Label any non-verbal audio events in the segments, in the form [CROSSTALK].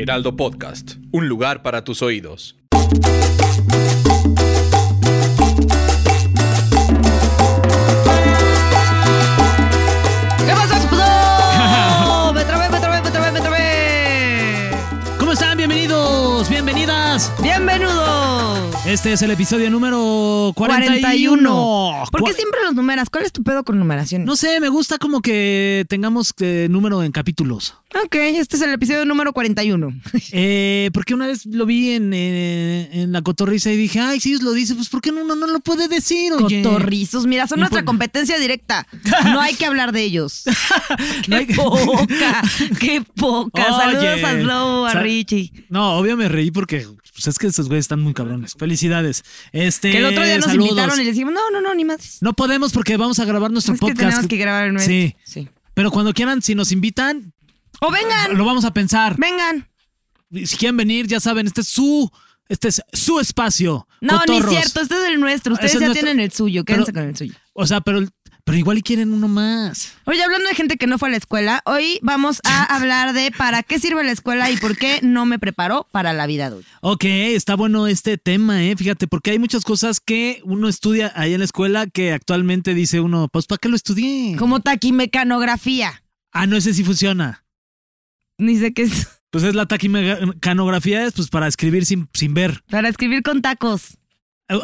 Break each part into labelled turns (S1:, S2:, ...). S1: Heraldo Podcast, un lugar para tus oídos.
S2: ¿Qué pasa,
S3: [LAUGHS]
S2: Explode? ¡Me trabé, me trabé, me trabé, me trabé!
S3: ¿Cómo están? Bienvenidos, bienvenidas.
S2: ¡Bienvenidos!
S3: Este es el episodio número 41.
S2: 41. ¿Por qué
S3: Cua-
S2: siempre los numeras? ¿Cuál es tu pedo con numeración?
S3: No sé, me gusta como que tengamos eh, número en capítulos.
S2: Ok, este es el episodio número 41.
S3: Eh, porque una vez lo vi en, eh, en la cotorriza y dije, ay, si ellos lo dicen, pues ¿por qué no, no, no lo puede decir? [LAUGHS] Oye? [LAUGHS] pues-
S2: Cotorrizos, mira, son nuestra
S3: Impon-
S2: competencia
S3: [LAUGHS]
S2: directa. No hay que hablar de ellos.
S3: No hay-
S2: ¡Qué
S3: [LAUGHS]
S2: poca! ¡Qué poca! Saludos
S3: Oye.
S2: a Slobo, a
S3: Sa-
S2: Richie.
S3: No, obvio me reí porque pues, es que esos güeyes están muy cabrones. Felicidades. Este,
S2: Que el otro día nos
S3: saludos.
S2: invitaron y les dijimos, no, no, no, ni más.
S3: No podemos porque vamos a grabar nuestro
S2: Es que
S3: podcast.
S2: tenemos que grabar el nuestro.
S3: Sí.
S2: sí.
S3: Pero cuando quieran, si nos invitan,
S2: ¡O vengan!
S3: lo vamos a pensar.
S2: ¡Vengan!
S3: Si quieren venir, ya saben, este es su, este es su espacio.
S2: No,
S3: Cotorros.
S2: ni cierto, este es el nuestro. Ustedes
S3: Ese es
S2: ya
S3: nuestro-
S2: tienen el suyo,
S3: Pero-
S2: quédense con el suyo.
S3: O sea, pero, pero igual y quieren uno más.
S2: Oye, hablando de gente que no fue a la escuela, hoy vamos [LAUGHS] a hablar de para qué sirve la escuela y por qué no me preparó para la vida adulta.
S3: Ok, está bueno este tema, ¿eh? Fíjate, porque hay muchas cosas que uno estudia ahí en la escuela que actualmente dice uno, pues ¿para qué lo estudié?
S2: Como taquimecanografía.
S3: Ah, no, ese sí funciona.
S2: Ni sé qué es. [LAUGHS]
S3: Pues es la taquimecanografía, es pues para escribir sin, sin ver.
S2: Para escribir con tacos.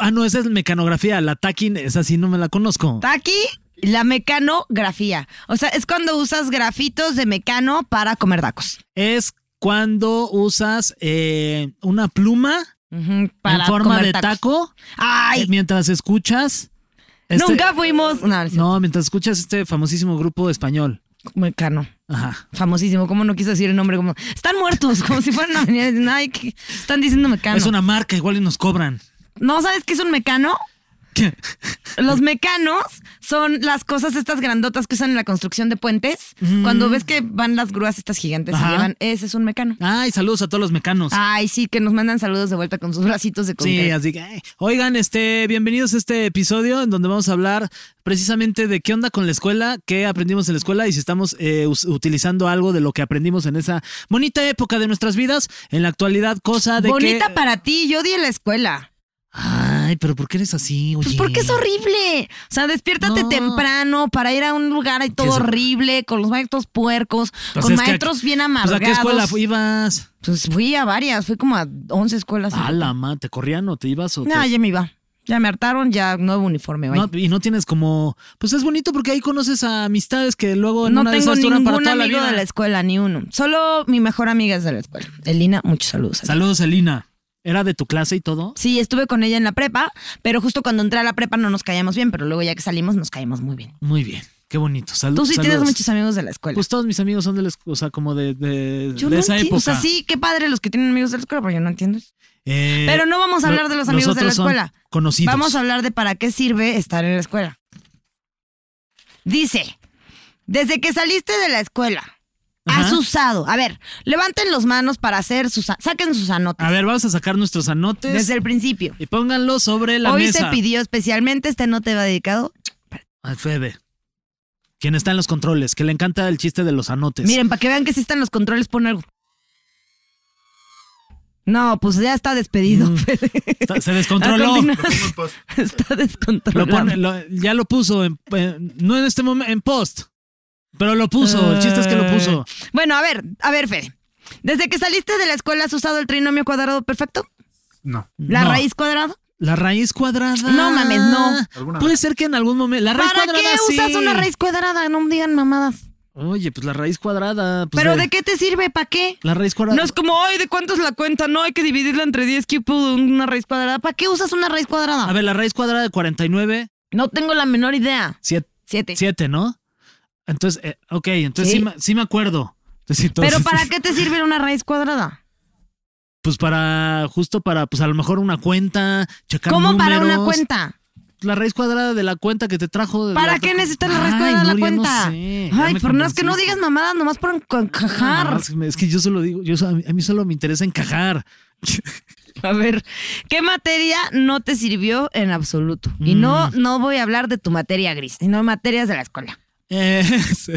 S3: Ah, no, esa es mecanografía, la taquin, esa sí no me la conozco.
S2: Taqui, la mecanografía. O sea, es cuando usas grafitos de mecano para comer tacos.
S3: Es cuando usas eh, una pluma
S2: Ujú, para
S3: en forma
S2: comer
S3: de
S2: tacos.
S3: taco eh,
S2: ¡Ay!
S3: mientras escuchas. este-
S2: Nunca fuimos. No, no es
S3: No, mientras escuchas este famosísimo grupo español.
S2: cierto. mecano.
S3: Ajá.
S2: famosísimo, ¿cómo no quiso decir el nombre? Como, están muertos, como si fueran a venir a decir, "Ay, que están diciendo mecano.
S3: Es una marca, igual y nos cobran. [LAUGHS]
S2: ¿No sabes qué es un mecano? Los mecanos son las cosas estas grandotas que usan en la construcción de puentes. Cuando ves que van las grúas estas gigantes y
S3: Mm. Ajá.
S2: llevan, ese es un mecano.
S3: Ay, saludos a todos los mecanos.
S2: Ay, sí, que nos mandan saludos de vuelta con sus bracitos de
S3: Sí,
S2: concreto.
S3: así que, ay. oigan, este, bienvenidos a este episodio en donde vamos a hablar precisamente de qué onda con la escuela, qué aprendimos en la escuela y si estamos eh, us- utilizando algo de lo que aprendimos en esa bonita época de nuestras vidas, en la actualidad, cosa de
S2: Bonita
S3: que...
S2: para ti, yo odié la escuela.
S3: Ay, pero ¿por qué eres así? Oye?
S2: Pues porque es horrible. O sea, despiértate
S3: No.
S2: temprano para ir a un lugar ahí todo
S3: es-
S2: horrible, con los maestros puercos,
S3: Pues
S2: con
S3: es que-
S2: maestros bien
S3: Pues,
S2: amargados.
S3: ¿A qué escuela fu- ibas?
S2: Pues fui a varias, fui como a 11 escuelas.
S3: A la ma, ¿te corrían o te ibas? O te-
S2: no, ya me iba. Ya me hartaron, ya nuevo uniforme. bye.
S3: No, y no tienes como. Pues es bonito porque ahí conoces a amistades que luego en
S2: No,
S3: una de
S2: tengo
S3: esas duran
S2: ningún
S3: para toda la
S2: amigo
S3: vida.
S2: de la escuela, ni uno. Solo mi mejor amiga es de la escuela. Elina, muchos saludos. Elina.
S3: Saludos, Elina. ¿Era de tu clase y todo?
S2: Sí, estuve con ella en la prepa, pero justo cuando entré a la prepa no nos caíamos bien, pero luego ya que salimos nos caímos muy bien.
S3: Muy bien. Qué bonito. Salu-
S2: Tú sí tienes
S3: saludos.
S2: muchos amigos de la escuela.
S3: Pues todos mis amigos son de la escu- o sea, como de, de,
S2: yo
S3: de
S2: no
S3: esa
S2: entiendo.
S3: época.
S2: O sea, sí, qué padre los que tienen amigos de la escuela, pero yo no entiendo. eso.
S3: Eh,
S2: pero no vamos a
S3: lo-
S2: hablar de los
S3: los
S2: amigos de la
S3: otros son
S2: escuela.
S3: conocidos.
S2: Vamos a hablar de para qué sirve estar en la escuela. Dice, desde que saliste de la escuela, has
S3: Ajá.
S2: usado. A ver, levanten las manos para hacer sus. Saquen sus anotes.
S3: A ver, vamos a sacar nuestros anotes
S2: Desde el principio.
S3: y pónganlos sobre la
S2: Hoy se
S3: mesa.
S2: pidió especialmente, este no te va dedicado.
S3: Al Fede. Quien está en los controles, que le encanta el chiste de los anotes.
S2: Miren, para que vean que si están los controles, pon algo. No, pues ya está despedido. [LAUGHS]
S3: Mm.
S2: Fede.
S3: Está- se descontroló.
S2: A continuación, [LAUGHS] está
S3: Lo
S2: descontrolado.
S3: pone- lo- ya lo puso, en- en- no en este momento, en post. Pero lo puso, el chiste es que lo puso.
S2: Eh, Bueno, a ver, a ver, Fede. Desde que saliste de la escuela, ¿has usado el trinomio cuadrado perfecto?
S4: No.
S2: ¿La
S3: No,
S2: raíz cuadrada?
S3: La raíz cuadrada.
S2: No mames, no.
S4: ¿Alguna
S3: Puede ser que en algún momento. La raíz
S2: ¿Para
S3: cuadrada.
S2: qué
S3: sí.
S2: usas una raíz cuadrada? No me digan mamadas.
S3: Oye, pues la raíz cuadrada. pues,
S2: ¿Pero de qué te sirve? ¿Para qué?
S3: La raíz cuadrada.
S2: No es como, ay, ¿de cuánto es la cuenta? No, hay que dividirla entre 10, que pudo una raíz cuadrada. ¿Para qué usas una raíz
S3: A
S2: cuadrada?
S3: ver, la raíz cuadrada de 49,
S2: No tengo la menor idea.
S3: 7,
S2: Siete.
S3: ¿no? Entonces, eh, ok, entonces sí,
S2: Sí.
S3: me- sí me acuerdo. Entonces, entonces,
S2: Pero ¿para qué te sirve una raíz cuadrada?
S3: Pues para, justo para, pues a lo mejor una cuenta, checar
S2: ¿Cómo para una
S3: números.
S2: cuenta?
S3: La raíz cuadrada de la cuenta que te trajo. de la
S2: ¿Para
S3: otra
S2: qué
S3: cu-
S2: necesitas la
S3: Pues Ay,
S2: raíz cuadrada de la
S3: Nuria, no
S2: cuenta?
S3: sé, ya
S2: Ay,
S3: me
S2: Fernando, es que no
S3: convenciste.
S2: digas mamadas nomás por enca-
S3: No,
S2: encajar.
S3: es que me- es que yo solo digo, yo, so- a mí- a mí solo me interesa encajar.
S2: [LAUGHS] A ver, ¿qué materia no te sirvió en absoluto? Y no,
S3: Mm.
S2: no voy a hablar de tu materia gris, sino materias de la escuela.
S3: Eh, sí.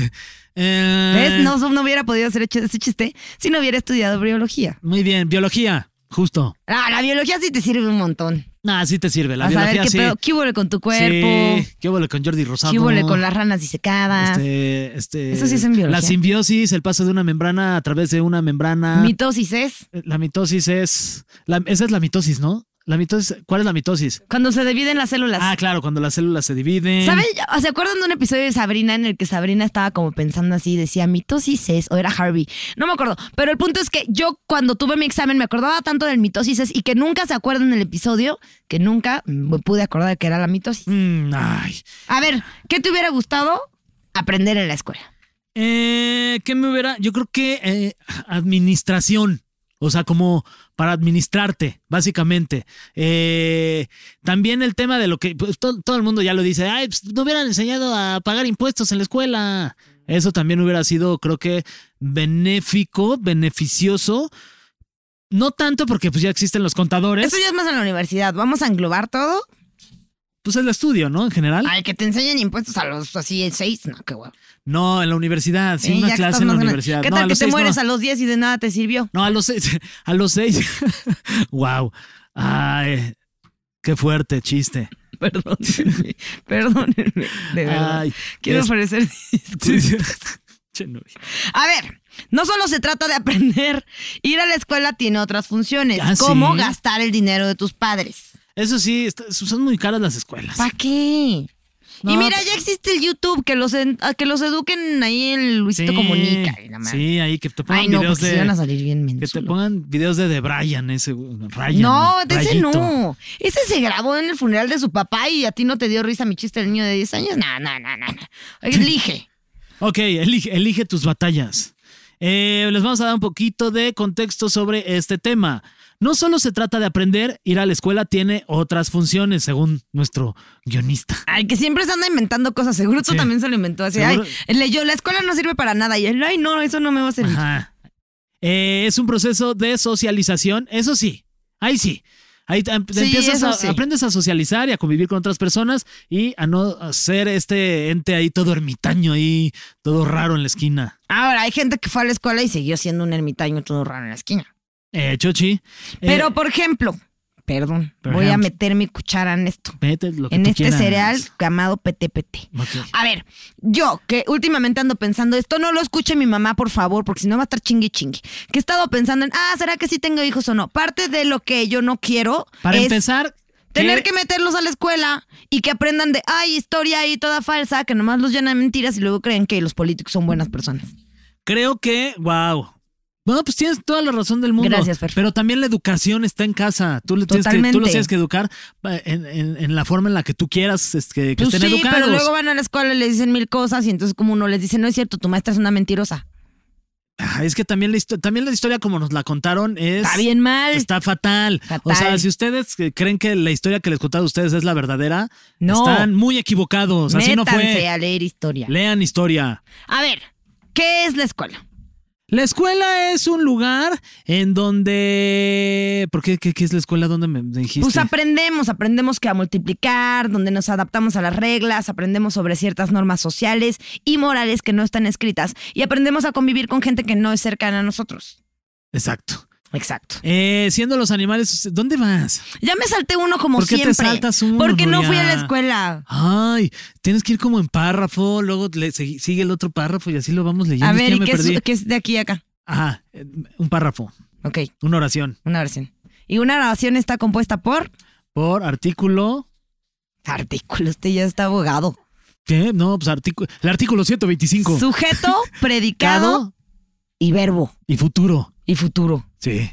S3: Eh,
S2: ¿Ves? No, no hubiera podido hacer hecho- ese chiste si no hubiera estudiado biología.
S3: Muy bien, biología, justo.
S2: Ah, la biología sí te sirve un montón.
S3: Ah, sí te sirve, la
S2: a saber
S3: biología
S2: qué
S3: sí.
S2: pedo, qué hubo con tu cuerpo,
S3: Sí, qué hubo con Jordi Rosado.
S2: qué hubo con las ranas disecadas,
S3: Este, este,
S2: Eso sí es en biología.
S3: La simbiosis, el paso de una membrana a través de una membrana.
S2: mitosis es
S3: La mitosis es. la- esa es la mitosis, ¿no? La mitosis. ¿Cuál es la mitosis?
S2: cuando se dividen las células.
S3: Ah, claro, cuando las células se dividen.
S2: ¿Saben? ¿Se acuerdan de un episodio de Sabrina en el que Sabrina estaba como pensando así, decía mitosis es, o era Harvey? No me acuerdo. Pero el punto es que yo cuando tuve mi examen me acordaba tanto del mitosis es y que nunca se acuerdan del episodio que nunca me pude acordar que era la mitosis.
S3: Mm, ay.
S2: A ver, ¿qué te hubiera gustado aprender en la escuela?
S3: Eh, ¿Qué me hubiera? Yo creo que eh, administración. O sea, como para administrarte, básicamente. Eh, también el tema de lo que pues, to- todo el mundo ya lo dice, ay, pues, no hubieran enseñado a pagar impuestos en la escuela. Eso también hubiera sido, creo que, benéfico, beneficioso. No tanto porque pues ya existen los contadores.
S2: Eso ya es más en la universidad. Vamos a englobar todo.
S3: Pues el estudio, ¿no? En general.
S2: Al que te enseñen impuestos a los así seis, no, qué huevo.
S3: No, en la universidad, sí,
S2: Eh,
S3: una
S2: ya que
S3: clase
S2: estás
S3: en la
S2: más grande.
S3: universidad.
S2: ¿Qué
S3: No,
S2: tal
S3: a
S2: que
S3: los
S2: te
S3: seis no.
S2: mueres a los 10 y de nada te sirvió? [LAUGHS]
S3: No, a los seis. [LAUGHS] A los seis. [LAUGHS] wow. Ay, qué fuerte chiste.
S2: Perdónenme, perdónenme, de verdad.
S3: Ay,
S2: Quiero
S3: es-
S2: ofrecer [LAUGHS]
S3: Sí,
S2: disculpas.
S3: sí. [LAUGHS] Che, Nuria.
S2: A ver, no solo se trata de aprender, ir a la escuela tiene otras funciones,
S3: Ah,
S2: como
S3: ¿sí?
S2: gastar el dinero de tus padres.
S3: Eso sí, está- son muy caras las escuelas.
S2: ¿Para qué?
S3: No,
S2: y mira,
S3: pa-
S2: ya existe el YouTube, que los, en- a que los eduquen ahí en Luisito Comunica. y la madre.
S3: Sí, ahí que te pongan
S2: Ay, no,
S3: videos
S2: porque se van a
S3: de.
S2: salir bien
S3: Que te
S2: mensual.
S3: pongan videos de, de Brian, ese güey, Ryan.
S2: No, de ese
S3: Rayito.
S2: no. Ese se grabó en el funeral de su papá y a ti no te dio risa mi chiste del niño de 10 años. No, no, no, no. no. Elige.
S3: Ok, elige, elige tus batallas. Eh, les vamos a dar un poquito de contexto sobre este tema. No solo se trata de aprender, ir a la escuela tiene otras funciones, según nuestro guionista.
S2: Ay, que siempre se anda inventando cosas. Seguro tú
S3: Sí.
S2: también se lo inventó así.
S3: Seguro.
S2: Ay, leyó, la escuela no sirve para nada. Y él, ay, no, eso no me va a servir.
S3: Ajá. Eh, es un proceso de socialización, eso sí, ahí sí. Ahí te- te
S2: Sí,
S3: empiezas
S2: eso
S3: a,
S2: sí.
S3: aprendes a socializar y a convivir con otras personas y a no ser este ente ahí todo ermitaño, ahí todo raro en la esquina.
S2: Ahora, hay gente que fue a la escuela y siguió siendo un ermitaño todo raro en la esquina.
S3: Eh, Chochi. eh,
S2: Pero, por ejemplo, perdón,
S3: Por
S2: voy a
S3: ejemplo.
S2: meter mi cuchara en esto.
S3: eh, vete lo que
S2: en
S3: tú
S2: este
S3: quieras.
S2: cereal llamado PTPT.
S3: Ok.
S2: A ver, yo que últimamente ando pensando, esto no lo escuche mi mamá, por favor, porque si no va a estar chingue y chingue. Que he estado pensando en, ah, ¿será que sí tengo hijos o no? Parte de lo que yo no quiero
S3: Para
S2: es
S3: empezar,
S2: tener
S3: ¿qué?
S2: que meterlos a la escuela y que aprendan de, ay, historia ahí toda falsa, que nomás los llenan de mentiras y luego creen que los políticos son buenas personas.
S3: creo que, wow. Bueno, pues tienes toda la razón del mundo.
S2: Gracias, Fer.
S3: Pero también la educación está en casa. Tú, le tienes que, tú los
S2: Totalmente.
S3: tienes que educar eh, en, en- en la forma en la que tú quieras es que, que
S2: Pues
S3: estén
S2: sí,
S3: educados.
S2: pero luego van a la escuela y les dicen mil cosas y entonces como uno les dice, no es cierto, tu maestra es una mentirosa.
S3: Ah, Es que también la, histo- también la historia como nos la contaron es...
S2: Está bien mal.
S3: Está fatal. O
S2: Fatal.
S3: sea, si ustedes eh, creen que la historia que les contaron ustedes es la verdadera,
S2: No.
S3: están muy equivocados. Así no
S2: Métanse
S3: fue.
S2: a leer historia.
S3: Lean historia.
S2: A ver, ¿qué es la escuela?
S3: La escuela es un lugar en donde... ¿Por qué? ¿Qué, qué es la escuela? ¿Dónde me me dijiste?
S2: Pues aprendemos, aprendemos que a multiplicar, donde nos adaptamos a las reglas, aprendemos sobre ciertas normas sociales y morales que no están escritas y aprendemos a convivir con gente que no es cercana a nosotros.
S3: Exacto.
S2: Exacto.
S3: Eh, siendo los animales... ¿Dónde vas?
S2: Ya me salté uno como
S3: ¿Por qué te
S2: siempre.
S3: saltas uno,
S2: Porque no fui a la
S3: Nuria?
S2: escuela.
S3: Ay, tienes que ir como en párrafo, luego le- segui- sigue el otro párrafo y así lo vamos leyendo.
S2: A
S3: Es que
S2: ver,
S3: ya
S2: ¿y
S3: me
S2: qué
S3: perdí.
S2: es, qué es de aquí a acá?
S3: Ajá, eh, un párrafo,
S2: Ok,
S3: una oración.
S2: una oración. Y una oración está compuesta por
S3: Por artículo.
S2: artículos. Usted Este ya está abogado.
S3: ¿Qué? No, pues artículo. El artículo 125. [LAUGHS]
S2: Sujeto, predicado
S3: Cado
S2: y verbo
S3: y futuro.
S2: y futuro.
S3: Sí.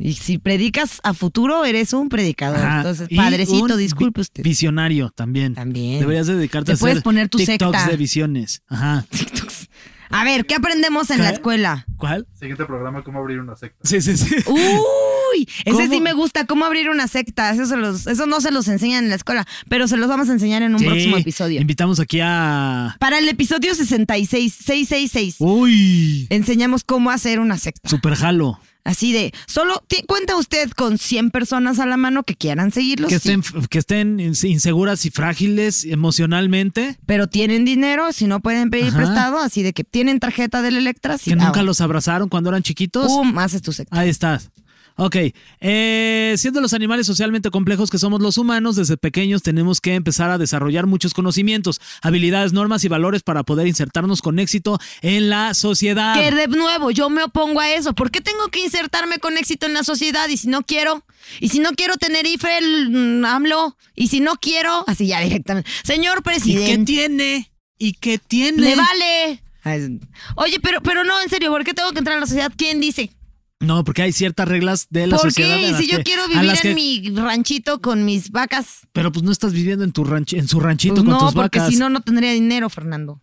S2: Y si predicas a futuro, eres un predicador.
S3: Ajá.
S2: Oh, Entonces,
S3: Y
S2: padrecito,
S3: un
S2: disculpe
S3: vi-
S2: usted.
S3: Visionario también.
S2: También.
S3: Deberías dedicarte
S2: Te
S3: a
S2: puedes
S3: hacer
S2: poner tu
S3: TikToks
S2: secta.
S3: de visiones. Ajá.
S2: TikToks. [LAUGHS] A ver, ¿qué aprendemos en
S3: ¿Qué?
S2: la escuela?
S3: ¿Cuál?
S4: Siguiente programa, cómo abrir una secta.
S3: Sí, sí, sí.
S2: Uh, Uy, ese
S3: ¿Cómo?
S2: sí me gusta, cómo abrir una secta. Eso, se los- eso no se los enseñan en la escuela, pero se los vamos a enseñar en un
S3: Sí.
S2: próximo episodio.
S3: Invitamos aquí a.
S2: Para el episodio 66, 666,
S3: Uy,
S2: enseñamos cómo hacer una secta.
S3: super jalo.
S2: Así de, solo ti- cuenta usted con 100 personas a la mano que quieran seguirlos,
S3: Que
S2: sí,
S3: estén, que estén inse- inseguras y frágiles emocionalmente.
S2: pero tienen dinero, si no pueden pedir
S3: Ajá.
S2: prestado, así de que tienen tarjeta del Electra, sí,
S3: que
S2: ah,
S3: nunca
S2: bueno. Uh,
S3: los abrazaron cuando eran chiquitos.
S2: Pum, haces tu secta.
S3: Ahí estás. Ok, eh, siendo los animales socialmente complejos que somos los humanos, desde pequeños tenemos que empezar a desarrollar muchos conocimientos, habilidades, normas y valores para poder insertarnos con éxito en la sociedad.
S2: Que de nuevo, yo me opongo a eso. ¿Por qué tengo que insertarme con éxito en la sociedad? Y si no quiero, y si no quiero tener IFRE, el, mm, AMLO, y si no quiero, así ya directamente. Señor
S3: ¿Y qué
S2: presidente,
S3: tiene? ¿Y qué tiene?
S2: le vale. Ay, Oye, pero, pero no, en serio, ¿por qué tengo que entrar a la sociedad? ¿Quién dice?
S3: No, porque hay ciertas reglas de la
S2: ¿Por
S3: sociedad.
S2: qué?
S3: a
S2: Y
S3: las
S2: si yo
S3: que-
S2: quiero
S3: a
S2: vivir en
S3: las que-
S2: mi ranchito con mis vacas.
S3: Pero pues no estás viviendo en tu ranch, en su ranchito
S2: Pues
S3: con
S2: no,
S3: tus
S2: porque
S3: vacas.
S2: si no, no tendría dinero, Fernando.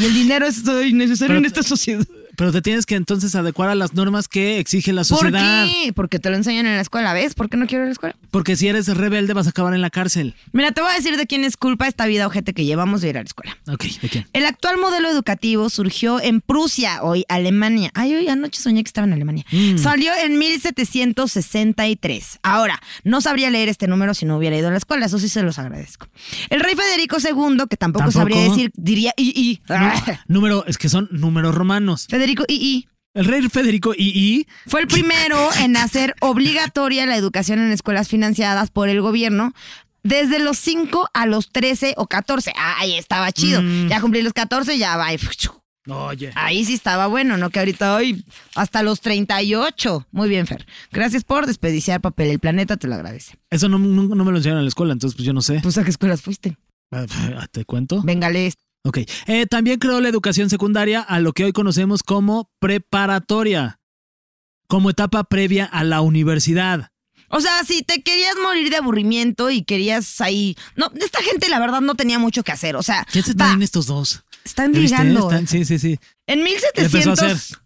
S2: Y el dinero es eh, innecesario
S3: Pero
S2: en
S3: te-
S2: esta sociedad.
S3: Pero te tienes que entonces adecuar a las normas que exige la
S2: ¿Por
S3: sociedad.
S2: qué? Porque te lo enseñan en la escuela, ¿ves? ¿Por qué no quiero ir a la escuela?
S3: Porque si eres rebelde vas a acabar en la cárcel.
S2: Mira, te voy a decir de quién es culpa esta vida ojete que llevamos de ir a la escuela.
S3: Ok, ¿de quién?
S2: El actual modelo educativo surgió en Prusia, hoy Alemania. Ay, hoy anoche soñé que estaba en Alemania. Salió en 1763. Ahora, no sabría leer este número si no hubiera ido a la escuela, eso sí se los agradezco. El rey Federico II, que tampoco,
S3: Tampoco.
S2: sabría decir, diría y y.
S3: Número, es que son números romanos.
S2: [LAUGHS] Federico y y.
S3: El rey Federico II
S2: Fue el primero en hacer obligatoria la educación en escuelas financiadas por el gobierno. Desde los 5 a los 13 o 14. Ahí estaba chido.
S3: Mm.
S2: Ya cumplí los 14, ya va.
S3: Oye.
S2: Ahí sí estaba bueno, ¿no? Que ahorita hoy hasta los 38. Muy bien, Fer. Gracias por desperdiciar papel. El planeta te lo agradece.
S3: Eso no, no- no me lo enseñaron en la escuela, entonces pues yo no sé.
S2: ¿Pues a qué escuelas fuiste?
S3: Ah, ¿Te cuento?
S2: Véngale.
S3: Ok. Eh, también creó la educación secundaria a lo que hoy conocemos como preparatoria, como etapa previa a la universidad.
S2: O sea, si te querías morir de aburrimiento y querías ahí. No, esta gente la verdad no tenía mucho que hacer. O sea,
S3: ¿Qué se
S2: va,
S3: traen estos dos?
S2: están
S3: ¿Ya viste?
S2: ligando.
S3: Están- sí, sí, sí.
S2: En
S3: Le empezó a hacer.
S2: 1700.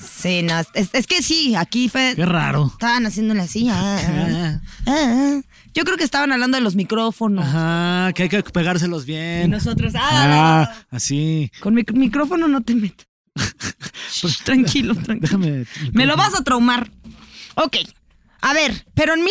S2: Sí, no, es, es que sí, aquí fue.
S3: Qué raro.
S2: Estaban haciéndole
S3: [LAUGHS]
S2: así. ah, ah, ah. Yo creo que estaban hablando de los micrófonos.
S3: Ajá, que hay que pegárselos
S2: Y
S3: bien.
S2: nosotros. ah,
S3: Ah, así.
S2: Con mi micrófono no te meto. Shh,
S3: [LAUGHS]
S2: tranquilo, tranquilo.
S3: Déjame.
S2: Me lo vas a traumar. Ok. A ver, pero en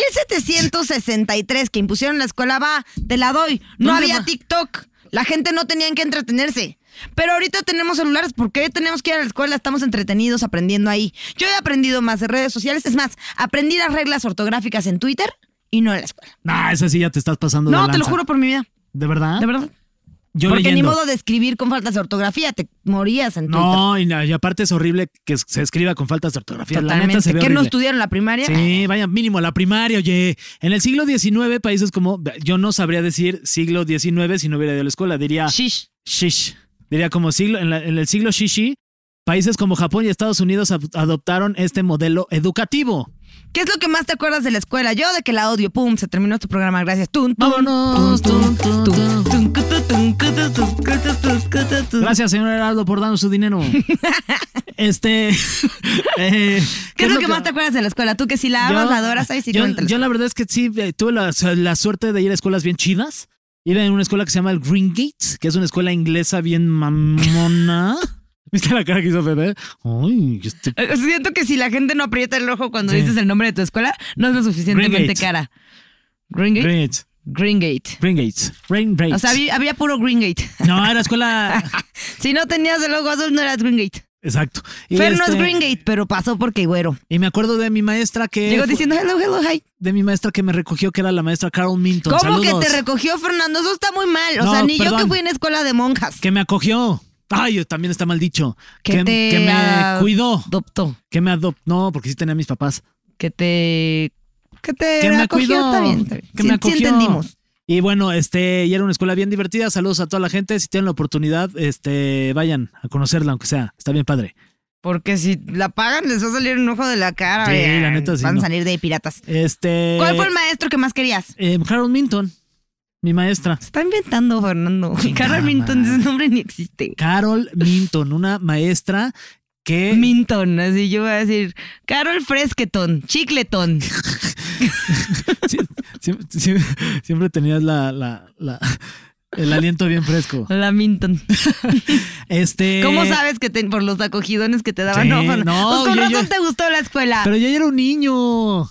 S2: 1763 que impusieron la escuela va, te la doy. No
S3: ¿Dónde
S2: había
S3: va?
S2: TikTok. La gente no tenía que entretenerse. Pero ahorita tenemos celulares, ¿por qué tenemos que ir a la escuela? Estamos entretenidos aprendiendo ahí. Yo he aprendido más de redes sociales, es más, aprendí las reglas ortográficas en Twitter y no en la escuela.
S3: Nah, esa sí ya te estás pasando de
S2: No, te lo
S3: lanza.
S2: juro por mi vida,
S3: ¿De verdad?
S2: de verdad.
S3: Yo
S2: Porque
S3: leyendo.
S2: ni modo de escribir con faltas de ortografía, te morías en Twitter.
S3: No, y, na- y aparte es horrible que se escriba con faltas de ortografía. La neta se ve
S2: ¿Qué no
S3: horrible.
S2: estudiaron en la primaria?
S3: Sí, vaya, mínimo a la primaria, oye. En el siglo XIX, países como. Yo no sabría decir siglo XIX si no hubiera ido a la escuela. Diría
S2: Ah. Shish.
S3: shish. Diría como siglo. En, la- en el siglo shishi, países como Japón y Estados Unidos ab- adoptaron este modelo educativo.
S2: ¿Qué es lo que más te acuerdas de la escuela? Yo de que la odio. Pum, se terminó tu programa. Gracias. Tun, tun,
S3: Vámonos,
S2: tun, tun,
S3: tun, tun.
S2: tun, cutu, tun, cutu, tun, cutu, tun, cutu, tun.
S3: Gracias, señor Heraldo, por darnos
S2: [LAUGHS]
S3: su dinero. este. [LAUGHS] eh,
S2: ¿Qué es lo que más te acuerdas de la escuela? Tú que si la amas, la adoras, ahí sí
S3: yo,
S2: cuéntales.
S3: yo la verdad es que sí, eh, tuve la, la suerte de ir a escuelas bien chidas. Iba en una escuela que se llama el Green Gates, que es una escuela inglesa bien mamona. [LAUGHS] ¿Viste la cara que hizo Fede? Ay, este...
S2: Eh, Siento que si la gente no aprieta el ojo cuando
S3: Sí.
S2: dices el nombre de tu escuela, no es lo suficientemente
S3: Greengate.
S2: cara. Greengate.
S3: Green Gates.
S2: Greengate.
S3: Green Gates. Green Gates.
S2: O sea, había, había puro Greengate.
S3: No, era escuela...
S2: [LAUGHS]
S3: [LAUGHS]
S2: si no tenías el ojo azul, no eras Greengate.
S3: Exacto. Y
S2: Fer no es
S3: este-
S2: Greengate, pero pasó porque güero.
S3: Y me acuerdo de mi maestra que...
S2: Llegó
S3: fue-
S2: diciendo hello, hello, hi.
S3: De mi maestra que me recogió, que era la maestra Carol Minton.
S2: ¿Cómo
S3: Saludos.
S2: que te recogió Fernando? Eso está muy mal. O
S3: No,
S2: sea, ni yo que
S3: perdón.
S2: fui en escuela de monjas.
S3: Que me acogió. Ay, también está mal dicho.
S2: Que te
S3: que me
S2: ad-
S3: cuidó.
S2: Adoptó.
S3: Que me adoptó. No, porque sí tenía a mis papás.
S2: Que te. Que te
S3: que me
S2: acogió.
S3: acogió.
S2: Está bien, está bien.
S3: Que
S2: Sí-
S3: me
S2: sí
S3: acogió.
S2: entendimos.
S3: Y bueno, este, y era una escuela bien divertida. Saludos a toda la gente. Si tienen la oportunidad, este, vayan a conocerla, aunque sea. Está bien padre.
S2: Porque si la pagan, les va a salir un ojo de la cara.
S3: Sí,
S2: vean.
S3: la neta, sí,
S2: Van
S3: no.
S2: a salir de piratas.
S3: Este.
S2: ¿Cuál fue el maestro que más querías?
S3: eh, Harold Minton, mi maestra.
S2: Se está inventando, Fernando. Carol Minton, ese nombre ni existe.
S3: Carol Minton, una maestra que.
S2: Minton, así yo voy a decir. Carol Fresquetón, Chicletón.
S3: [LAUGHS] Sí, siempre, siempre- siempre tenías la, la- la- el aliento bien fresco.
S2: La
S3: [LAUGHS]
S2: Minton.
S3: Este.
S2: ¿Cómo sabes que te- por los acogidones que te daban?
S3: Sí,
S2: no, Fernando.
S3: no,
S2: Pues con
S3: yo-
S2: razón
S3: yo-
S2: te gustó la escuela.
S3: Pero yo ya era un niño.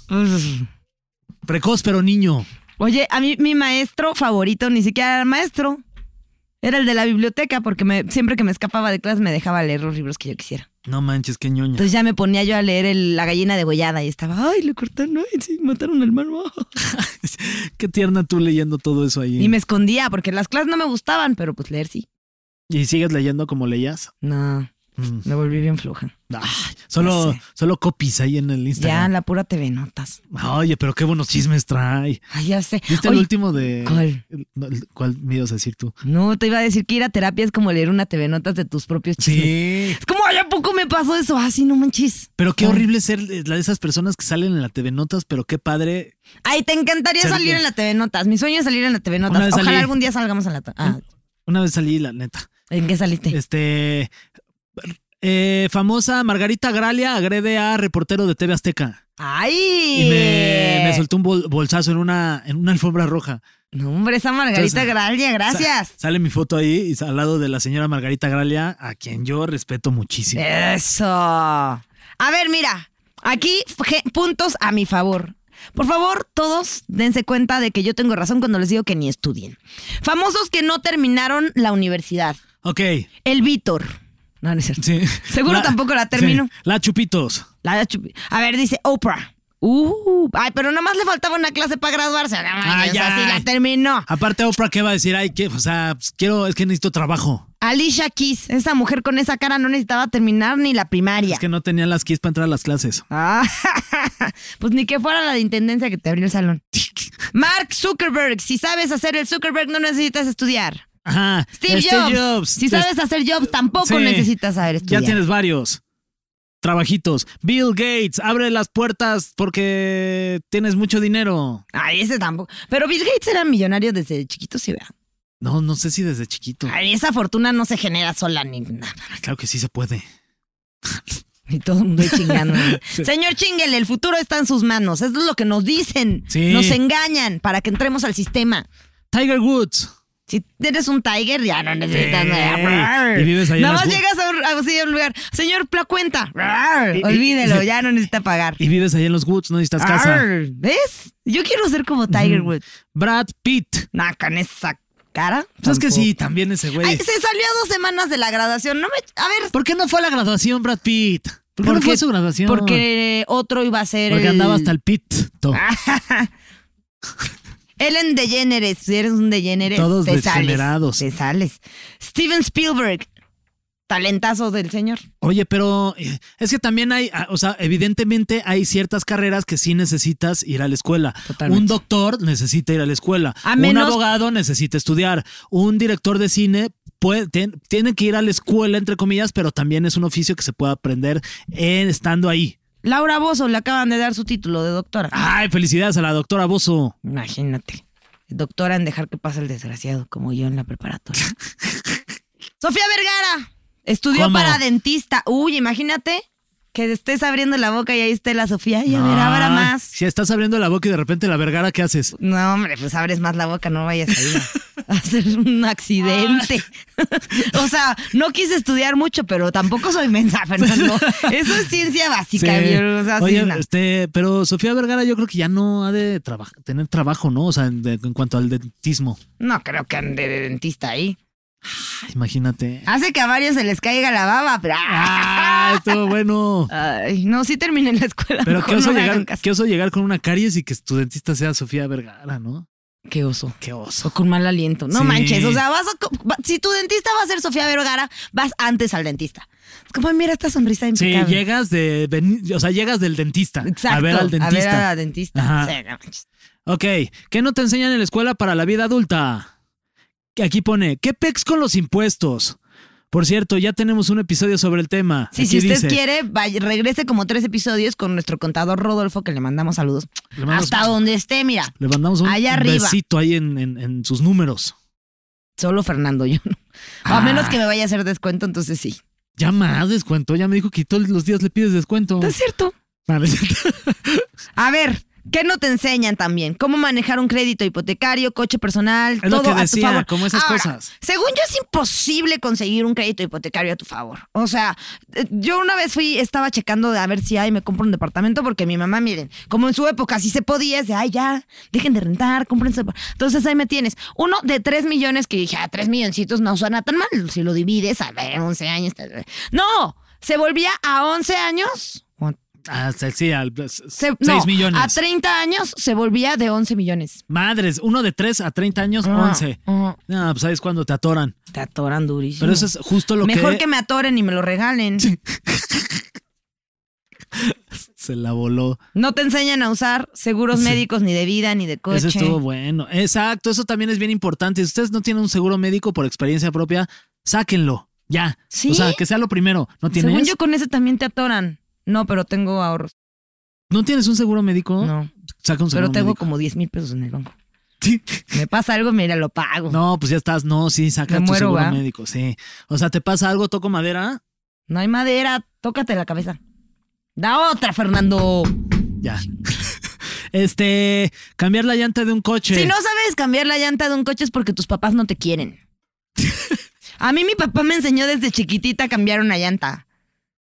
S3: Precoz, pero niño.
S2: [LAUGHS] Oye, a mí mi maestro favorito ni siquiera era maestro. Era el de la biblioteca, porque me- siempre que me escapaba de clase me dejaba leer los libros que yo quisiera.
S3: No manches, qué ñoña.
S2: Entonces ya me ponía yo a leer el- La gallina degollada y estaba, ay, le cortaron, ay, sí, mataron al hermano. [LAUGHS]
S3: Qué tierna tú leyendo todo eso ahí.
S2: Y me escondía, porque las clases no me gustaban, pero pues leer sí.
S3: ¿Y sigues leyendo como leías.
S2: No,
S3: Mm.
S2: me volví bien floja.
S3: Ay, solo,
S2: Ah, Ya sé.
S3: solo copies ahí en el
S2: Ya,
S3: Instagram.
S2: la pura TV Notas.
S3: Oye, pero qué buenos chismes trae.
S2: Ay, ya sé.
S3: ¿Viste este el
S2: Oye,
S3: último de.
S2: ¿cuál?
S3: el- no, el- ¿Cuál me ibas a decir tú?
S2: No, te iba a decir que ir a terapia es como leer una TV Notas de tus propios chismes.
S3: Sí.
S2: Es como, ay, ¿a poco me pasó eso? Ah, sí, no manches.
S3: [LAUGHS] Pero qué
S2: Ay.
S3: horrible ser la de esas personas que salen en la TV Notas, pero qué padre.
S2: Ay, te encantaría
S3: Ser-
S2: salir en la TV Notas. Mi sueño es salir en la TV Notas.
S3: Una vez
S2: Ojalá
S3: salí. ¿Eh?
S2: algún día salgamos en la... to- Ah,
S3: Una vez salí, la neta.
S2: ¿en qué saliste?
S3: Este. eh, famosa Margarita Gralia agrede a reportero de TV Azteca.
S2: ¡Ay!
S3: Y me, me soltó un bol- bolsazo en una, en una alfombra roja.
S2: No, hombre, esa Margarita
S3: Entonces-
S2: Gralia, gracias.
S3: Sa- sale mi foto ahí y sa- al lado de la señora Margarita Gralia, a quien yo respeto muchísimo.
S2: Eh. Eso. A ver, mira, aquí ge- puntos a mi favor. Por favor, todos dense cuenta de que yo tengo razón cuando les digo que ni estudien. Famosos que no terminaron la universidad.
S3: Ok.
S2: El Víctor. No, no es cierto.
S3: sí.
S2: Seguro tampoco la termino.
S3: sí. La Chupitos.
S2: La chupi- a ver, dice Oprah. Uh, ay, pero nomás le faltaba una clase para graduarse. No,
S3: Ay,
S2: o sea,
S3: ay.
S2: sí la terminó.
S3: Aparte, Oprah, ¿qué va a decir? Ay, que, o sea, pues, quiero, es que necesito trabajo.
S2: Alicia Keys, esa mujer con esa cara no necesitaba terminar ni la primaria.
S3: Es que no tenía las keys para entrar a las clases.
S2: Ah, [LAUGHS] pues ni que fuera la de intendencia que te abrió el salón. Mark Zuckerberg, si sabes hacer el Zuckerberg no necesitas estudiar.
S3: Ajá.
S2: Steve,
S3: Steve
S2: Jobs,
S3: Jobs.
S2: si sabes hacer Jobs tampoco
S3: Sí.
S2: necesitas saber
S3: Ya
S2: estudiar.
S3: tienes varios trabajitos. Bill Gates, abre las puertas porque tienes mucho dinero.
S2: Ay, ese tampoco. Pero Bill Gates era millonario desde chiquito, sí, vea.
S3: No, no sé si desde chiquito.
S2: Ay, esa fortuna no se genera sola ni nada.
S3: Claro que sí se puede.
S2: Y todo el mundo ahí chingando.
S3: [LAUGHS]
S2: Señor Chingel, el futuro está en sus manos. Eso es lo que nos dicen.
S3: Sí.
S2: Nos engañan para que entremos al sistema.
S3: Tiger Woods.
S2: Si eres un tiger, ya no necesitas
S3: Sí.
S2: nada.
S3: Y vives ahí en
S2: Nada
S3: las
S2: más
S3: gu-
S2: llegas a un, así a un lugar. Señor, pla cuenta. Olvídelo, ya no necesita pagar.
S3: Y vives ahí en los Woods, no necesitas casa.
S2: Arr. ¿Ves? Yo quiero ser como Tiger Woods.
S3: Brad Pitt.
S2: Nah, con esa cara.
S3: Pues es que
S2: tampoco.
S3: sí, también ese
S2: Ay,
S3: güey.
S2: se salió a dos semanas de la graduación. No me. A ver.
S3: ¿Por qué no fue a la graduación, Brad Pitt? ¿Por qué no fue a su graduación?
S2: Porque otro iba a ser.
S3: Porque
S2: el-
S3: andaba hasta el pit. To-
S2: Ellen DeGeneres, si eres un DeGeneres,
S3: Todos
S2: te sales,
S3: degenerados.
S2: te sales. Steven Spielberg, talentazo del señor.
S3: Oye, pero eh, es que también hay, ah, o sea, evidentemente hay ciertas carreras que sí necesitas ir a la escuela.
S2: Totalmente.
S3: Un doctor necesita ir a la escuela.
S2: A
S3: Un
S2: menos-
S3: abogado necesita estudiar. Un director de cine puede, ten- tiene que ir a la escuela, entre comillas, pero también es un oficio que se puede aprender en, estando ahí.
S2: Laura Bozo le acaban de dar su título de doctora. Ah,
S3: Ay, felicidades a la doctora Bozo.
S2: Imagínate. Doctora en dejar que pase el desgraciado, como yo en la
S3: [LAUGHS]
S2: preparatoria. Sofía Vergara estudió
S3: ¿Cómo?
S2: para dentista. Uy, imagínate que estés abriendo la boca y ahí esté la Sofía. Y a ver, habrá
S3: Ay,
S2: más.
S3: Si estás abriendo la boca y de repente la vergara, ¿qué haces?
S2: No, hombre, pues abres más la boca, no vayas ahí
S3: [LAUGHS]
S2: a hacer un accidente.
S3: Ah.
S2: [LAUGHS] o sea, no quise estudiar mucho, pero tampoco soy mensa,
S3: [LAUGHS]
S2: Fernando. Eso es ciencia básica,
S3: Sí.
S2: ¿vio? O sea, sí,
S3: Oye,
S2: no.
S3: este, pero Sofía Vergara yo creo que ya no ha de traba- tener trabajo, ¿no? O sea, en, de- en cuanto al dentismo.
S2: No creo que ande de dentista ahí.
S3: Ay, Imagínate.
S2: Hace que a varios se les caiga la baba, pero...
S3: Ah, estuvo bueno.
S2: Ay, no, sí terminé en la escuela.
S3: Pero
S2: [LAUGHS] mejor
S3: qué oso,
S2: no me hagan
S3: llegar,
S2: caso.
S3: qué oso llegar con una caries y que tu dentista sea Sofía Vergara, ¿no?
S2: Qué oso.
S3: Qué
S2: O
S3: oso.
S2: con mal aliento. No
S3: Sí.
S2: manches. O sea, vas a co- va- si tu dentista va a ser Sofía Vergara, vas antes al dentista. Es como, "Ay, mira esta sonrisa
S3: Sí,
S2: impecable.
S3: llegas de veni- o sea, llegas del dentista
S2: Exacto.
S3: a ver al
S2: A ver a
S3: dentista.
S2: la dentista.
S3: Ajá.
S2: Sí, no manches.
S3: Ok, ¿qué no te enseñan en la escuela para la vida adulta? Que Aquí pone, ¿qué pex con los impuestos? Por cierto, ya tenemos un episodio sobre el tema.
S2: Sí,
S3: Aquí
S2: si usted
S3: dice,
S2: quiere, vaya- regrese como tres episodios con nuestro contador Rodolfo, que le mandamos saludos.
S3: Le mandamos-
S2: Hasta donde esté, mira.
S3: Le mandamos un
S2: Allá arriba.
S3: besito ahí en, en- en sus números.
S2: Solo Fernando, yo no. A
S3: Ah.
S2: menos que me vaya a hacer descuento, entonces sí.
S3: Ya más descuento. Ya me dijo que todos los días le pides descuento. Ah,
S2: Es cierto.
S3: Vale, es cierto.
S2: A ver, ¿qué no te enseñan también? ¿Cómo manejar un crédito hipotecario, coche personal,
S3: Es
S2: todo
S3: lo que
S2: a tu
S3: decía,
S2: favor?
S3: como esas
S2: Ahora,
S3: cosas.
S2: Según yo es imposible conseguir un crédito hipotecario a tu favor. O sea, eh, yo una vez fui, estaba checando de a ver si ay, me compro un departamento porque mi mamá, miren, como en su época sí se podía, es de ay ya, dejen de rentar, cómprense. Entonces ahí me tienes. Uno de tres millones que dije, ah, tres milloncitos no suena tan mal. Si lo divides, a ver, 11 años. tal vez. No, se volvía a 11 años. o a-
S3: Ah, [LAUGHS] sí, sí, al-
S2: se-
S3: seis
S2: no,
S3: millones.
S2: A 30 años se volvía de 11 millones.
S3: Madres, uno de 3 a 30 años,
S2: Ah,
S3: 11.
S2: ah.
S3: No, pues sabes cuándo te atoran.
S2: Te atoran durísimo.
S3: Pero eso es justo lo
S2: Mejor
S3: que,
S2: que... me atoren y me lo regalen.
S3: se la voló.
S2: No te enseñan a usar seguros médicos ni de vida ni de coche.
S3: Eso estuvo bueno. Exacto, eso también es bien importante. Si ustedes no tienen un seguro médico por experiencia propia, sáquenlo. Ya.
S2: ¿Sí?
S3: O sea, que sea lo primero. ¿No tienes?
S2: Según yo con ese también te atoran. No, pero tengo ahorros.
S3: ¿No tienes un seguro médico?
S2: No,
S3: Saca un pues, seguro
S2: pero tengo
S3: médico.
S2: como 10 mil pesos en el banco.
S3: Sí.
S2: Me pasa algo, mira, lo pago. No,
S3: No, pues ya estás. No, sí, saca
S2: Me
S3: tu
S2: muero,
S3: seguro
S2: ¿va?
S3: médico. Sí. O sea, te pasa algo, toco madera.
S2: hay madera, tócate la cabeza. Da otra, Fernando.
S3: Ya. [LAUGHS] este, cambiar la llanta de un coche.
S2: Si no sabes cambiar la llanta de un coche es porque tus papás no te quieren. [LAUGHS] A mí mi papá me enseñó desde chiquitita a cambiar una llanta.